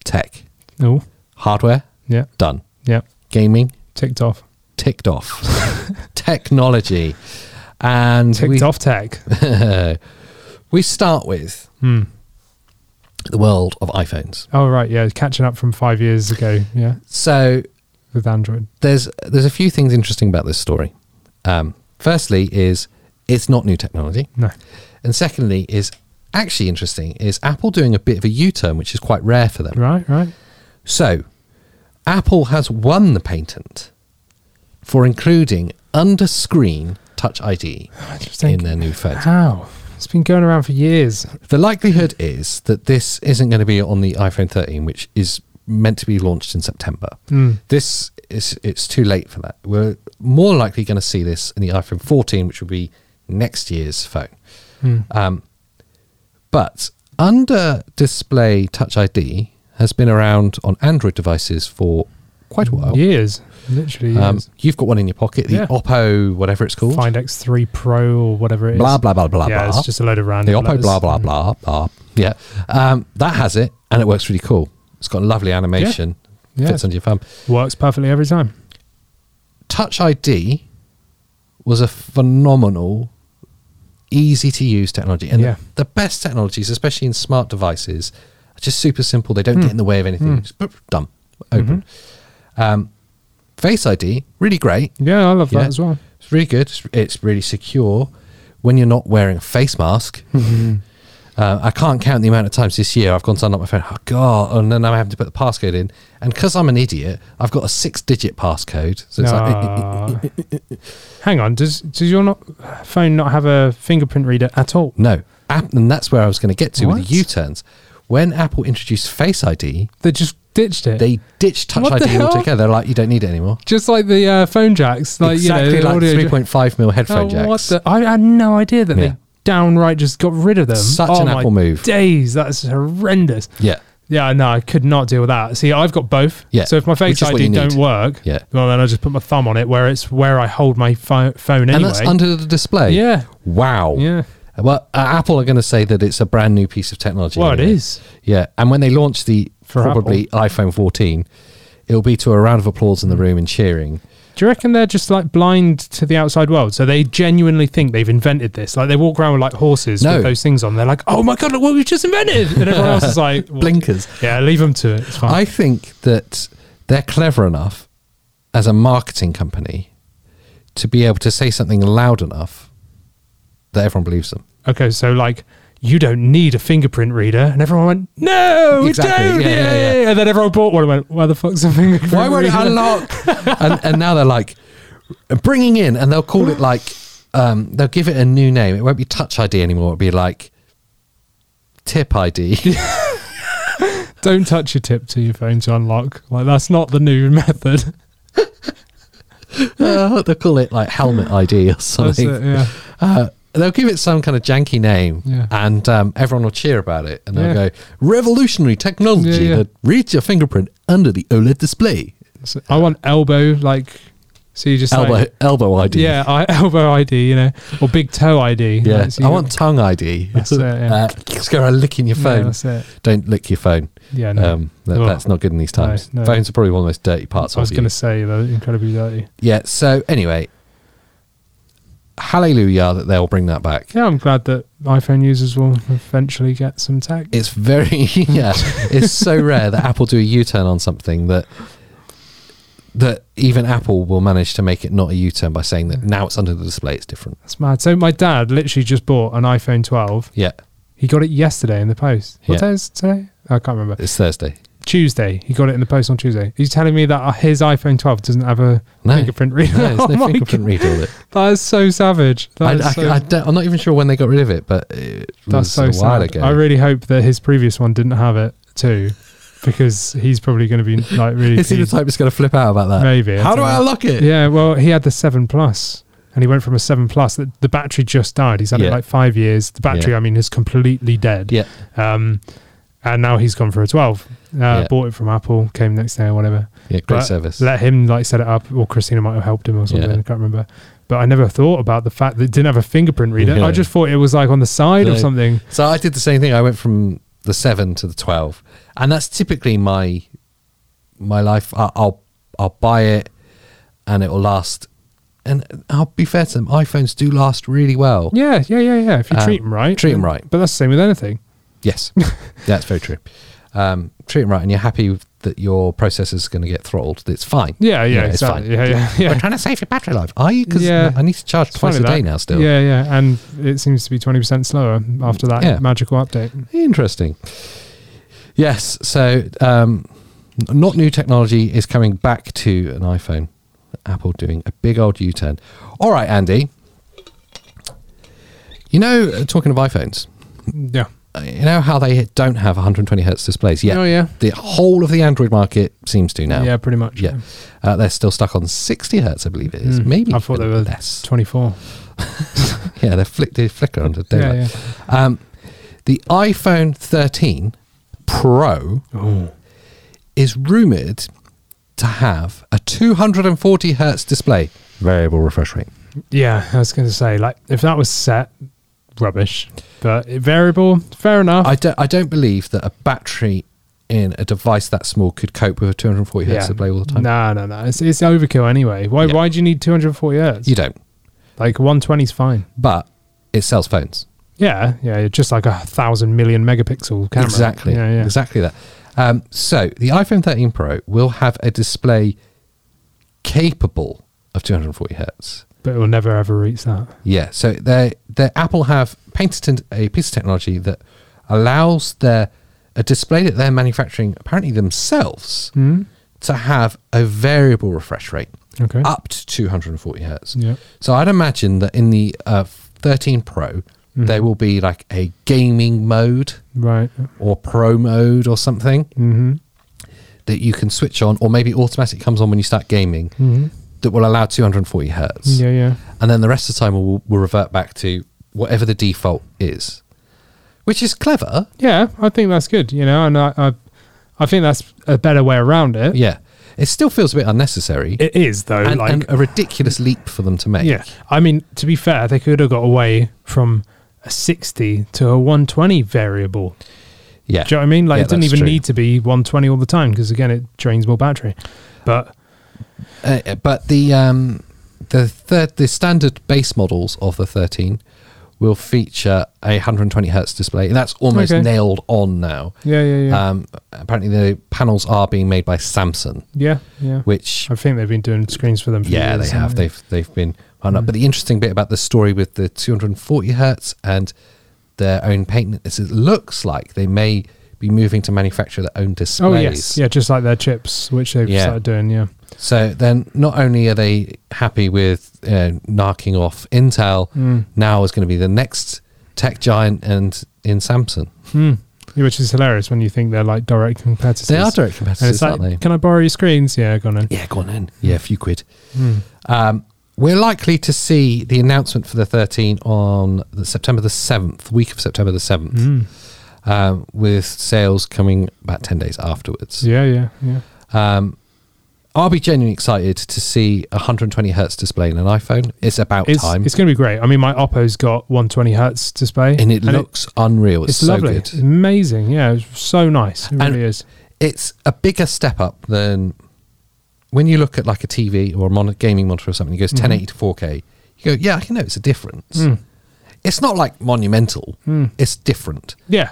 tech, Oh, hardware yeah, done, yeah, gaming ticked off. ticked off, technology, and Ticked we off tech. Uh, we start with Hmm. the world of iPhones. Oh right, yeah, catching up from five years ago. Yeah, So with Android. there's there's a few things interesting about this story. Um, firstly, is it's not new technology. No. And secondly, is actually interesting is Apple doing a bit of a U turn, which is quite rare for them. Right, right. So, Apple has won the patent for including under screen Touch ID I just in think, their new phone. how? It's been going around for years. The likelihood is that this isn't going to be on the iPhone 13, which is meant to be launched in September. Hmm. This is it's too late for that. We're more likely going to see this in the iPhone 14, which will be next year's phone. Hmm. Um, but under display Touch ID has been around on Android devices for quite a while. Years. Literally Um, years. you've got one in your pocket, the Yeah. Oppo, whatever it's called. Find X3 Pro or whatever it is. Blah blah blah blah yeah, blah. it's just a load of The random. Oppo, letters. blah, blah, blah, blah. Yeah. Um, that has it, and it works really cool. It's got a lovely animation, Yeah. fits under your thumb. Works perfectly every time. Touch ID was a phenomenal, easy to use technology. And Yeah. the, best technologies, especially in smart devices, are just super simple. They don't Hmm. get in the way of anything. Just boop, done, open. Mm-hmm. Um, Face ID, really great. Yeah, I love Yeah. that as well. It's really good. It's, it's really secure when you're not wearing a face mask. Mm-hmm. Uh, I can't count the amount of times this year I've gone to unlock my phone. Oh god! And then I'm having to put the passcode in, and because I'm an idiot, I've got a six-digit passcode. So it's like, Ah. Hang on, does does your not, phone not have a fingerprint reader at all? no, App- and that's where I was going to get to with What? the U-turns. When Apple introduced Face ID, They just ditched it. They ditched Touch What the ID hell? altogether. They're like, you don't need it anymore. just like the uh, phone jacks, like exactly you know, the like audio jack- 3.5 mil headphone Oh, jacks. What the? I had no idea that Yeah. they downright just got rid of them. Such Oh an my Apple move. Days, that's horrendous. Yeah, Yeah, no, I could not deal with that. See, I've got both. Yeah, So if my which Face is what ID you need. don't work, Yeah. well then I just put my thumb on it where it's where I hold my pho- phone anyway. and that's under the display. Yeah. Wow. Yeah. Well, uh, Apple are going to say that it's a brand new piece of technology. Well, it anyway. is. Yeah, and when they launch the For probably iPhone 14, it'll be to a round of applause in the room and cheering. Do you reckon they're just like blind to the outside world? So they genuinely think they've invented this. Like they walk around with like horses No. with those things on. They're like, oh my God, look what we've just invented. And everyone else is like, well, Blinkers. Yeah, leave them to it. It's fine. I think that they're clever enough as a marketing company to be able to say something loud enough that everyone believes them. okay, so like you don't need a fingerprint reader, and everyone went, "No, Exactly. we don't." Yeah, Yeah, yeah, yeah, yeah. And then everyone bought one and went, "Why the fuck's a fingerprint Why won't it reader?" unlock? and, and now they're like bringing in, and they'll call it like um, they'll give it a new name. It won't be Touch ID anymore. It'll be like Tip ID. don't touch your tip to your phone to unlock. Like that's not the new method. Uh, they'll call it like Helmet ID or That's something. it, yeah. Uh, they'll give it some kind of janky name, Yeah. and um, everyone will cheer about it, and they'll go Yeah. revolutionary technology Yeah, yeah. that reads your fingerprint under the OLED display. So I want elbow like. So you just Elbow, like, elbow ID. Yeah, I, elbow ID, you know, or big toe ID. Yeah. Like, so I you- want tongue ID. That's it, yeah. uh, just go around licking your yeah, phone. that's it. Don't lick your phone. Yeah, no. Um, that, Ugh. That's not good in these times. No, no. Phones are probably one of the most dirty parts I was of going you. to say though, incredibly dirty. Yeah. So anyway, hallelujah that they'll bring that back. Yeah, I'm glad that iPhone users will eventually get some tech. it's very yeah it's so rare that apple do a u-turn on something that that even apple will manage to make it not a u-turn by saying that now it's under the display it's different That's mad. So my dad literally just bought an iPhone 12. yeah He got it yesterday in the post. What Yeah. day is today? I can't remember. it's thursday Tuesday. He got it in the post on Tuesday. He's telling me that uh, his iPhone 12 doesn't have a No. fingerprint reader. no it's Oh no my fingerprint God. reader with it That is so savage. That I, is so- I, I don't, i'm not even sure when they got rid of it but it That's was so a while sad. ago I really hope that his previous one didn't have it too, because he's probably going to be like really. is he the keen. type that's going to flip out about that Maybe, I how don't do i know. unlock it Yeah, well, he had the seven plus, and he went from a seven plus that the battery just died. He's had Yeah. it like five years. The battery, Yeah. I mean, is completely dead. yeah Um, and now he's gone for a twelve. Uh, Yeah. Bought it from Apple. Came next day or whatever. yeah great But service Let him like set it up, or Christina might have helped him or something. Yeah. I can't remember. But I never thought about the fact that it didn't have a fingerprint reader. Yeah. I just thought it was like on the side No. or something. So I did the same thing. I went from the seven to the twelve, and that's typically my my life. I, I'll I'll buy it, and it will last. And I'll be fair to them. iPhones do last really well. Yeah, yeah, yeah, yeah. If you Um, treat 'em treat them right, treat 'em right. But that's the same with anything. Yes, that's very true. Um, treat them right, and you're happy with- that your processor's going to get throttled. It's fine. Yeah, yeah, it's exactly. fine. Yeah, yeah, yeah. We're trying to save your battery life. Are you? Because Yeah. I need to charge twice a Funny that. day now. Still. Yeah, yeah, and it seems to be twenty percent slower after that Yeah. magical update. Interesting. Yes. So, um, n- not new technology is coming back to an iPhone. Apple doing a big old U turn. All right, Andy. You know, uh, talking of iPhones, Yeah, uh, you know how they don't have 120 hertz displays yet? Oh, yeah. The whole of the Android market seems to now. yeah, pretty much. Yeah. Uh, they're still stuck on 60 hertz, I believe it is. Mm. Maybe I thought they even were less. twenty-four. Yeah, they're flick- they flicker under Yeah, daylight. yeah. Um, the iPhone 13 Pro Oh. is rumored to have a 240 hertz display, variable refresh rate. Yeah, I was going to say like if that was set, rubbish. But it- variable, fair enough. I don't, I don't believe that a battery in a device that small could cope with a 240 hertz display all the time. No, no, no. It's, it's overkill anyway. Why? Yeah. Why do you need two hundred forty hertz? You don't, Like one twenty is fine. but it sells phones. Yeah, yeah. Just like a thousand million megapixel camera. Exactly, Yeah, yeah. exactly that. Um, so the iPhone 13 Pro will have a display capable of 240 hertz. But it will never ever reach that. Yeah, so they they Apple have patented a piece of technology that allows their a display that they're manufacturing apparently themselves to have a variable refresh rate Hmm? Okay. up to 240 hertz. Yeah. So I'd imagine that in the uh, 13 Pro Mm-hmm. there will be like a gaming mode Right. or pro mode or something Mm-hmm. that you can switch on, or maybe automatic comes on when you start gaming, Mhm. that will allow 240 hertz. Yeah, yeah. And then the rest of the time will, will revert back to whatever the default is, which is clever. Yeah, I think that's good, you know, and I, I, I think that's a better way around it. Yeah. It still feels a bit unnecessary It is though, and, like and a ridiculous leap for them to make. yeah. I mean, to be fair, they could have got away from a 60 to a 120 variable. Yeah. Do you know what I mean? Like Yeah, it didn't that's even true. need to be 120 all the time because again, it drains more battery. But Uh, uh, but the um, the third the standard base models of the 13 will feature a 120 hertz display. That's almost Okay. nailed on now. yeah, yeah, yeah, Um, apparently, the panels are being made by Samsung, yeah, yeah. which I think they've been doing screens for them. For yeah, years, they have. haven't They've they've been. wound up. But the interesting bit about the story with the 240 hertz and their own patent is it looks like they may be moving to manufacture their own Oh displays. yes, yeah, just like their chips, which they've Yeah. started doing. Yeah, So then, not only are they happy with uh, knocking off Intel, now is going to be the next tech giant and in Samsung. Hmm. Yeah, which is hilarious when you think they're like direct competitors. They are direct And competitors, it's like, aren't they? can I borrow your screens? Yeah, go on then. Hmm. Yeah, go on in. Yeah, a few quid. Um, we're likely to see the announcement for the 13 on the September the 7th, week of September the 7th, Hmm. um, with sales coming about 10 days afterwards. Yeah, yeah, yeah. Um, I'll be genuinely excited to see a 120 hertz display in an iPhone. It's about It's, time. it's going to be great. I mean, my Oppo's got 120 hertz display, and it looks unreal. It's, it's so lovely, good. amazing. Yeah, it's so nice. It And- really is. It's a bigger step up than when you look at like a TV or a mon- gaming monitor or something. It goes Mm-hmm. 1080 to 4K. You go, yeah, I can notice a difference. Mm. It's not like monumental. It's different. Yeah,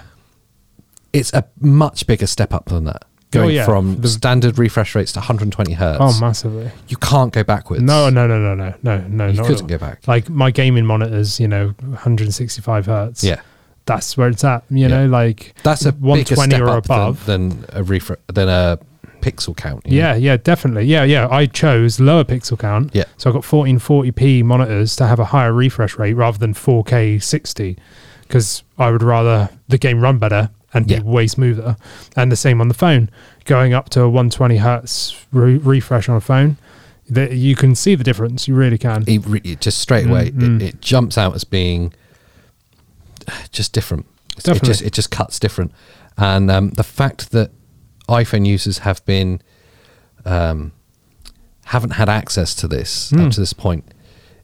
It's a much bigger step up than that. Going Oh, yeah. from The- standard refresh rates to 120 hertz. oh, massively. You can't go backwards. No, no, no, no, no, no, no. you not at couldn't all. go back. Like my gaming monitors, you know, 165 hertz. Yeah, that's where it's at. You Yeah. know, like that's a bigger 120 step or up above. than, than a refresh than a pixel count. you know? Yeah, yeah, definitely. Yeah, yeah. I chose lower pixel count. Yeah. So I got 1440p monitors to have a higher refresh rate rather than 4K 60 because I would rather the game run better and Yeah. be way smoother. And the same on the phone, going up to a 120 hertz re- refresh on a phone, that you can see the difference. You really can. it, re- it just straight away Mm-hmm. it, it jumps out as being uh, just different. It's- It Definitely. just it just cuts different, and um, the fact that iPhone users have been um, haven't had access to this Hmm. up to this point,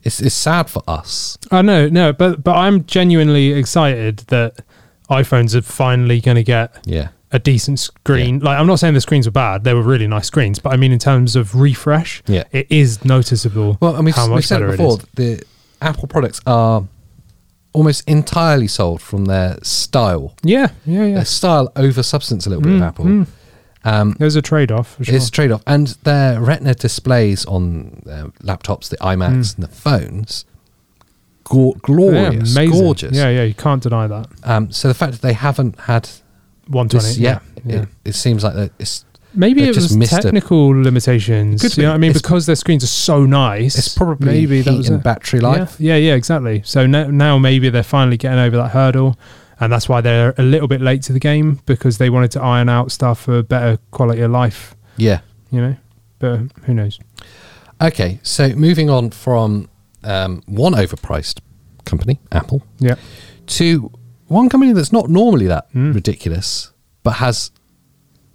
it's, it's sad for us. I know, no, but but I'm genuinely excited that iPhones are finally going to get Yeah, a decent screen. Like I'm not saying the screens were bad; they were really nice screens. But I mean, in terms of refresh, Yeah. it is noticeable. Well, and we've, how we've much said it better before. is. the Apple products are almost entirely sold from their style, Yeah, yeah, yeah. their style over substance. A little bit of Apple. There's a trade-off. For Mm, sure. It's a trade off. And their retina displays on uh, laptops, the Mm. iMacs and the phones, gor Yeah, glorious, amazing. gorgeous. Yeah, yeah. You can't deny that. Um, so the fact that they haven't had 120. this yeah, yet, yeah. It, it seems like that it's, Maybe they it just was missed it. technical limitations. Could you know be. what I mean? It's- because their screens are so nice. it's probably maybe heat and it. battery life. Yeah, yeah, yeah, exactly. So now, now maybe they're finally getting over that hurdle, and that's why they're a little bit late to the game because they wanted to iron out stuff for better quality of life. Yeah. You know, but who knows? Okay. So moving on from um, one overpriced company, Apple, Yeah, to one company that's not normally that Hmm. ridiculous, but has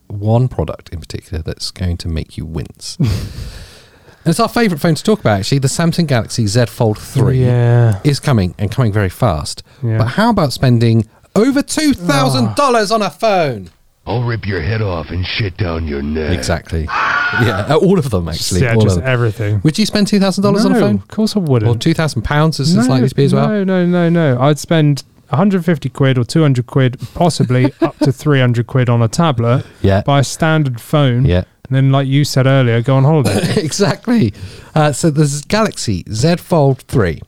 one product in particular that's going to make you wince. and it's our favourite phone to talk about, actually. The Samsung Galaxy Z Fold 3 Yeah, is coming and coming very fast. Yeah. Ah. But how about spending over $2,000 on a phone? I'll rip your head off and shit down your neck. Exactly. yeah, uh, all of them, actually. yeah, all just of them. everything. Would you spend $2,000 on a No, phone? Of course I Or wouldn't. £2,000 is likely to be as well? No, no, no, no. I'd spend 150 quid or 200 quid, possibly up to 300 quid on a tablet. Yeah. Buy a standard phone. Yeah. And then, like you said earlier, go on holiday. exactly. Uh, so there's Galaxy Z Fold 3.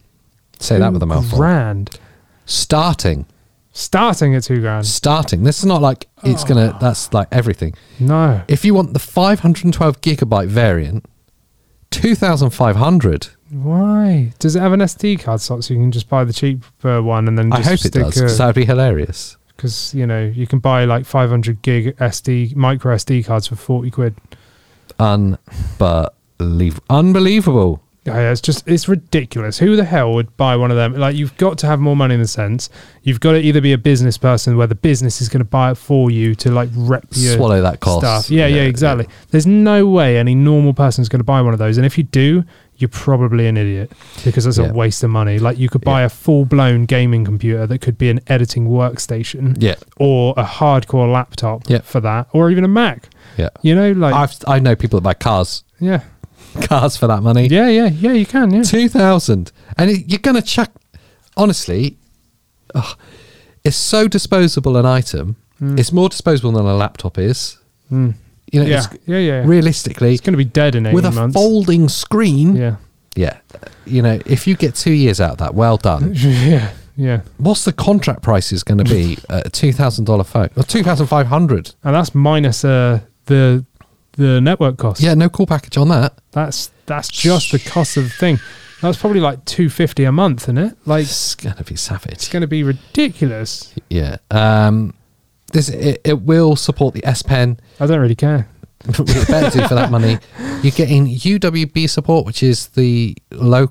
Say that with a mouthful. Grand. Starting. Starting at two grand. Starting. This is not like it's going Ah. to, that's like everything. No. If you want the 512 gigabyte variant, 2500. Why? Does it have an SD card slot so you can just buy the cheaper one and then I just hope it stick does, because a- that would be hilarious. because you know you can buy like 500 gig SD micro SD cards for 40 quid. Unbelievable. Unbelievable. Oh, yeah, it's just it's ridiculous. Who the hell would buy one of them? Like you've got to have more money in the sense. You've got to either be a business person where the business is going to buy it for you to like rep your Swallow that cost. stuff. Yeah, yeah, exactly. There's no way any normal person's going to buy one of those, and if you do, you're probably an idiot because that's Yeah. a waste of money. Like you could buy Yeah. a full blown gaming computer that could be an editing workstation, Yeah. or a hardcore laptop Yeah. for that, or even a Mac. Yeah. You know, like I've, I know people that buy cars, yeah, cars for that money. yeah, yeah, yeah. You can, yeah. Two thousand, and it, you're gonna chuck. Honestly, ugh, it's so disposable an item. Hmm. It's more disposable than a laptop is. You know, Yeah, it's, yeah, yeah. realistically, It's going to be dead in 18 with a months. folding screen. yeah. yeah. You know, if you get two years out of that, well done. yeah. Yeah. What's the contract price is going to be? at a two thousand dollar phone or two thousand five hundred? And that's minus uh, the the network cost. Yeah, no call package on that. That's that's just the cost of the thing. That's probably like 250 a month, isn't it? Like it's It's going to be savage. going to be ridiculous. Yeah. Um, this it, it will support the S Pen. I don't really care. we better do for that money. You're getting UWB support, which is the low,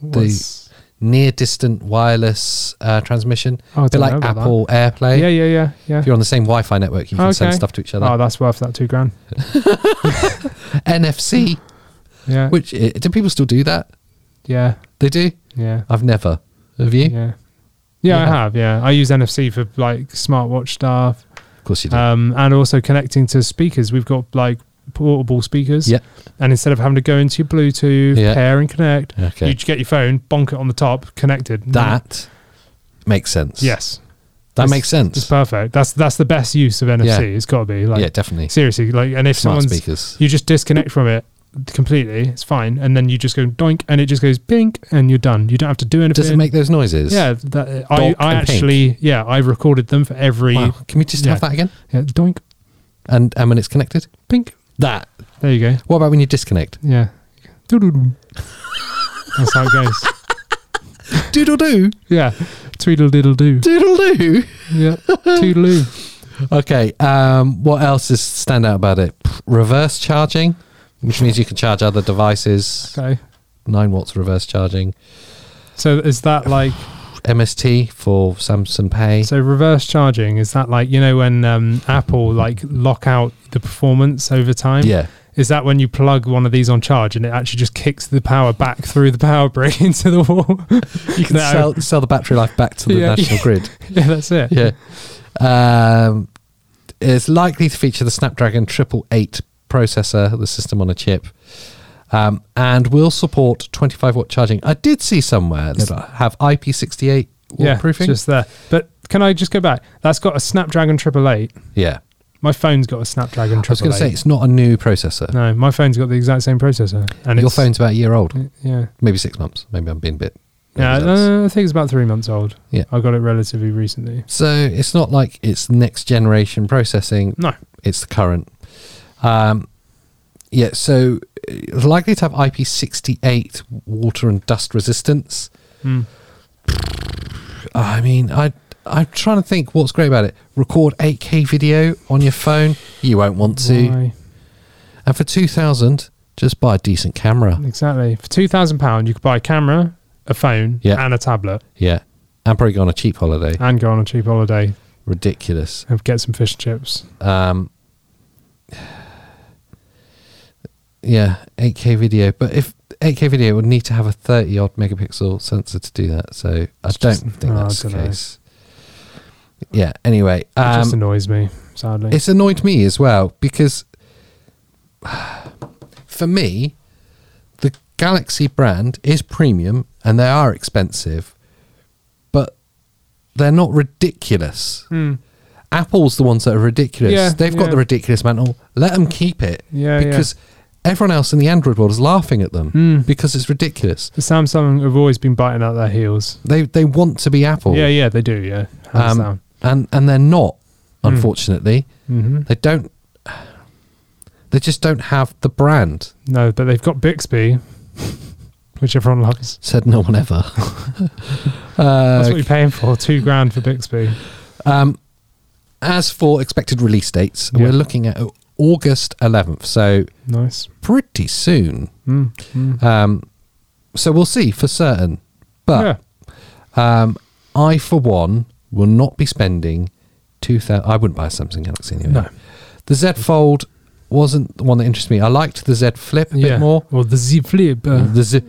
the What's- near distant wireless uh, transmission. Oh, I Bit don't know like about that. Apple AirPlay. yeah, yeah, yeah, yeah. If you're on the same Wi-Fi network, you can send Okay. stuff to each Oh, other. that's worth that two grand. NFC, Yeah. which uh, do people still do that? yeah. They do. Yeah. I've never. Have you? Yeah. Yeah, I Yeah. have. Yeah, I use NFC for like smartwatch stuff, Of course you do. um, and also connecting to speakers. We've got like portable speakers. yeah. And instead of having to go into your Bluetooth, Yeah. pair and connect, Okay. you just get your phone, bonk it on the top, connected. That makes sense. Yes. That It's- makes It's sense. perfect. That's that's the best use of NFC. Yeah. It's got to be like yeah, definitely. seriously like and if Smart someone's speakers. you just disconnect from it completely, it's fine and then you just go doink and it just goes pink and you're done. You don't have to do anything. Does it make those noises? Yeah, that, uh, I Donk I and pink. actually yeah, I recorded them for every Wow. Can we just Yeah. have that again? yeah, doink And and when it's connected, pink. that. There you go. What about when you disconnect? Yeah. Doo-doo-doo. That's how it goes. Doodle do. Yeah. Tweedle diddle do. Doodle do. Yeah. Toodaloo. Okay. Um, what else is stand out about it? Pff, Reverse charging, which means you can charge other devices. Okay. Nine watts reverse charging. So is that like MST for Samsung Pay. so reverse charging? Is that like you know when um, Apple like lock out the performance over time? yeah. Is that when you plug one of these on charge and it actually just kicks the power back through the power brick into the wall? You can No. sell, sell the battery life back to the Yeah. national grid. yeah, that's it. Yeah. Um, it's likely to feature the Snapdragon 888 processor, the system on a chip, um, and will support 25 watt charging. I did see somewhere that have IP68 watt Yeah, proofing. just there. But can I just go back? That's got a Snapdragon Triple Eight. yeah. My phone's got a Snapdragon I was Triple going Eight. to say it's not a new processor. no, my phone's got the exact same processor. And Your it's, phone's about a year old, yeah, maybe six months. Maybe I'm being a bit. maybe yeah. that's- no, no, I think it's about three months old. Yeah. I got it relatively recently. So it's not like it's next generation processing. No, It's the current. Um, yeah. So uh, likely to have IP68 water and dust resistance. Mm. I mean, I I'm trying to think what's great about it. Record 8K video on your phone. You won't want to. Why? And for two thousand, just buy a decent camera. Exactly. For two thousand pound, you could buy a camera, a phone, Yeah. and a tablet, Yeah. And probably go on a cheap holiday. and go on a cheap holiday Ridiculous. and get some fish and chips. um yeah 8k video but if 8k video would need to have a 30 odd megapixel sensor to do that so i don't just- think oh, I that's the dunno. case yeah anyway It just um, annoys me, sadly. it's annoyed me as well because for me the galaxy brand is premium and they are expensive but they're not ridiculous Mm. Apple's the ones that are ridiculous. Yeah, They've got yeah. the ridiculous mantle. Let them keep it. Yeah, yeah. because everyone else in the Android world is laughing at them Mm. because it's ridiculous. The Samsung have always been biting out their heels. They they want to be Apple. Yeah, yeah, they do. Yeah, hands Oh. um, down. and and they're not. Hmm. Unfortunately, Mhm. they don't. They just don't have the brand. No, but they've got Bixby, which everyone loves. Said no one ever. That's uh, what you're paying for. Two grand for Bixby. um, As for expected release dates, Yeah. we're looking at August 11th, so Nice. pretty soon. Mm, mm. Um, so we'll see for certain. yeah. But um, I, for one, will not be spending two thousand. I wouldn't buy a Samsung Galaxy anyway. No. the Z Fold wasn't the one that interested me. I liked the Z Flip a yeah. bit more. Or the Z Flip. uh, the Z,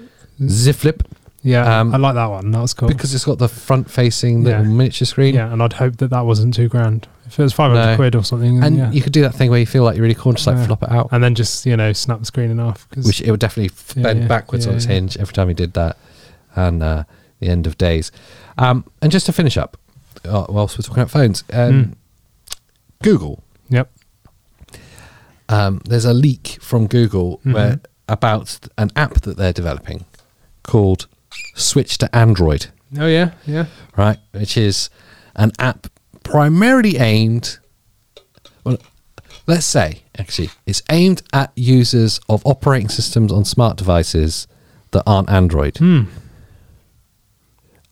Z Flip yeah. um, I like that one. That was cool. because it's got the front-facing little Yeah. miniature screen. yeah. And I'd hope that that wasn't two grand. If it was 500 No. quid or something. Then, And yeah. you could do that thing where you feel like you're really cool and just like Yeah. flop it out, and then just, you know, snap the screen in half. 'cause- which it would definitely f- Yeah, bend yeah, backwards on yeah, its yeah. hinge every time you did that. And uh, the end of days. Um, and just to finish up, uh, whilst we're talking about phones, um, Mm. Google. Yep. Um, there's a leak from Google where about an app that they're developing called Switch to Android. Oh, yeah. Yeah. right? Which is an app primarily aimed, well, let's say actually, it's aimed at users of operating systems on smart devices that aren't Android.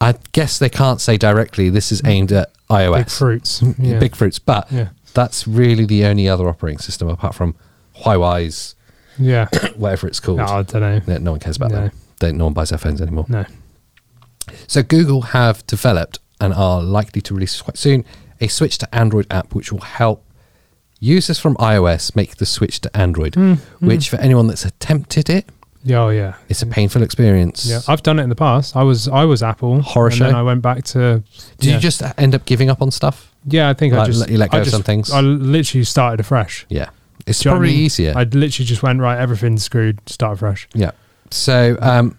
I guess they can't say directly this is aimed at iOS. Big fruits. Yeah, Yeah. Mm, Big fruits, but Yeah. that's really the only other operating system apart from Huawei's, Yeah. whatever it's called. No, I don't know. No, no one cares about No. that. They, no one buys their phones anymore. No. So Google have developed and are likely to release quite soon a switch to Android app which will help users from iOS make the switch to Android, Mm, which for anyone that's attempted it, Yeah, oh, yeah. it's a painful experience. Yeah, I've done it in the past. I was I was Apple Horror and show? Then I went back to. Do yeah. you just end up giving up on stuff? Yeah, I think I like, just let you let go I of just, some things? I literally started afresh. Yeah. It's Do you know what I probably mean? easier. I literally just went right. Everything's screwed. Start afresh. Yeah. So um,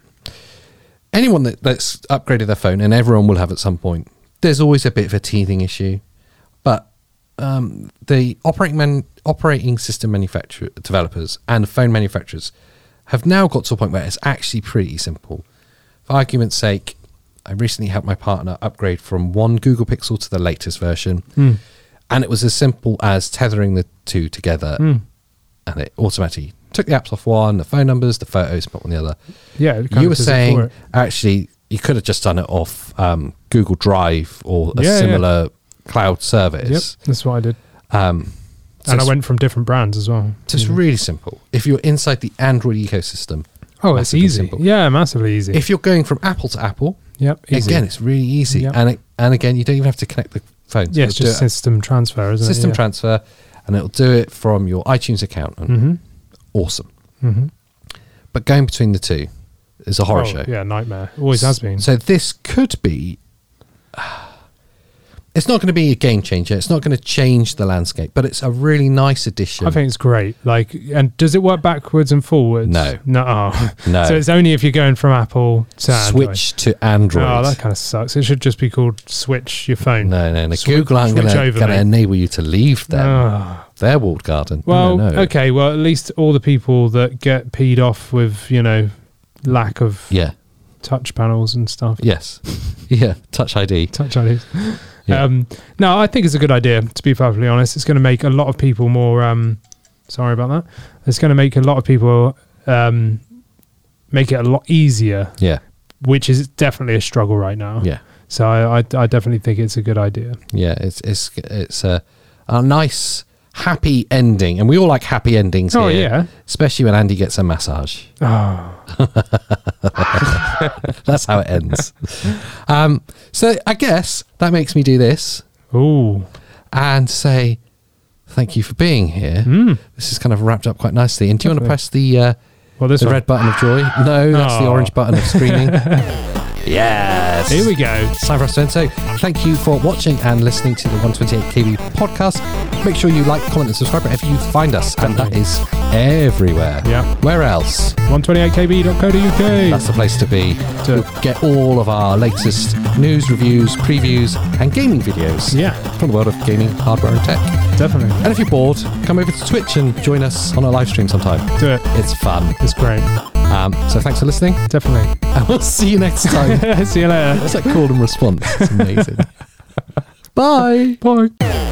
anyone that, that's upgraded their phone, and everyone will have at some point, there's always a bit of a teething issue. But um, the operating man, operating system manufacturer developers and phone manufacturers have now got to a point where it's actually pretty simple. For argument's sake, I recently helped my partner upgrade from one Google Pixel to the latest version, and it was as simple as tethering the two together, and it automatically took the apps off one, the phone numbers, the photos, put on the other. Yeah, it kind You of were does it for saying it. actually you could have just done it off um, Google Drive or a Yeah, yeah. similar cloud Yep, service. that's what I did. Um, so and I it's- went from different brands as well. so it's really simple. If you're inside the Android ecosystem, Oh, it's massively easy. simple. Yeah, massively easy. if you're going from Apple to Apple, yep, easy. again, it's really easy. Yep. And it, and again, you don't even have to connect the phones. yeah, it's It'll do just it- system transfer, isn't system it? transfer, and it'll do it from your iTunes account. And Mm-hmm. Awesome. But going between the two is a horror show. Oh, Yeah, nightmare. Always has been. So this could be. It's not going to be a game changer. It's not going to change the landscape, but it's a really nice addition. I think it's great. Like, and does it work backwards and forwards? No. no, oh. No. So it's only if you're going from Apple to Android. Switch to Android. Oh, that kind of sucks. It should just be called Switch Your Phone. no, no, no. Switch- Google aren't switch going over, to mate. enable you to leave them. Ah. Their walled garden. well, no, no, no. okay. Well, at least all the people that get peed off with you know lack of Yeah. touch panels and stuff. Yes. yeah. Touch ID. Touch IDs. Yeah. Um, no, I think it's a good idea. To be perfectly honest, it's going to make a lot of people more. Um, sorry about that. It's going to make a lot of people um, make it a lot easier, Yeah. which is definitely a struggle right now. Yeah. So I, I, I definitely think it's a good idea. Yeah, it's it's it's a a nice happy ending, and we all like happy endings. Oh, here, yeah. especially when Andy gets a massage. Oh, That's how it ends. um, so I guess that makes me do this Ooh. and say thank you for being here. Hmm? This is kind of wrapped up quite nicely. And do you want to press the uh, Well, this the one. red button of joy? No, that's the Oh. orange button of screening. yes. Here we go. Cyber So thank you for watching and listening to the 128KB podcast. Make sure you like, comment, and subscribe wherever you find us, and that is everywhere. Yeah. Where else? 128kb.co.uk. That's the place to be. To- To get all of our latest news, reviews, previews, and gaming videos. Yeah. From the world of gaming, hardware, and tech. Definitely. And if you're bored, come over to Twitch and join us on a live stream sometime. Do it. It's fun. It's great. Um, so thanks for listening, Definitely. and we'll see you next time. See you later. That's like call and response. It's amazing. Bye. Bye.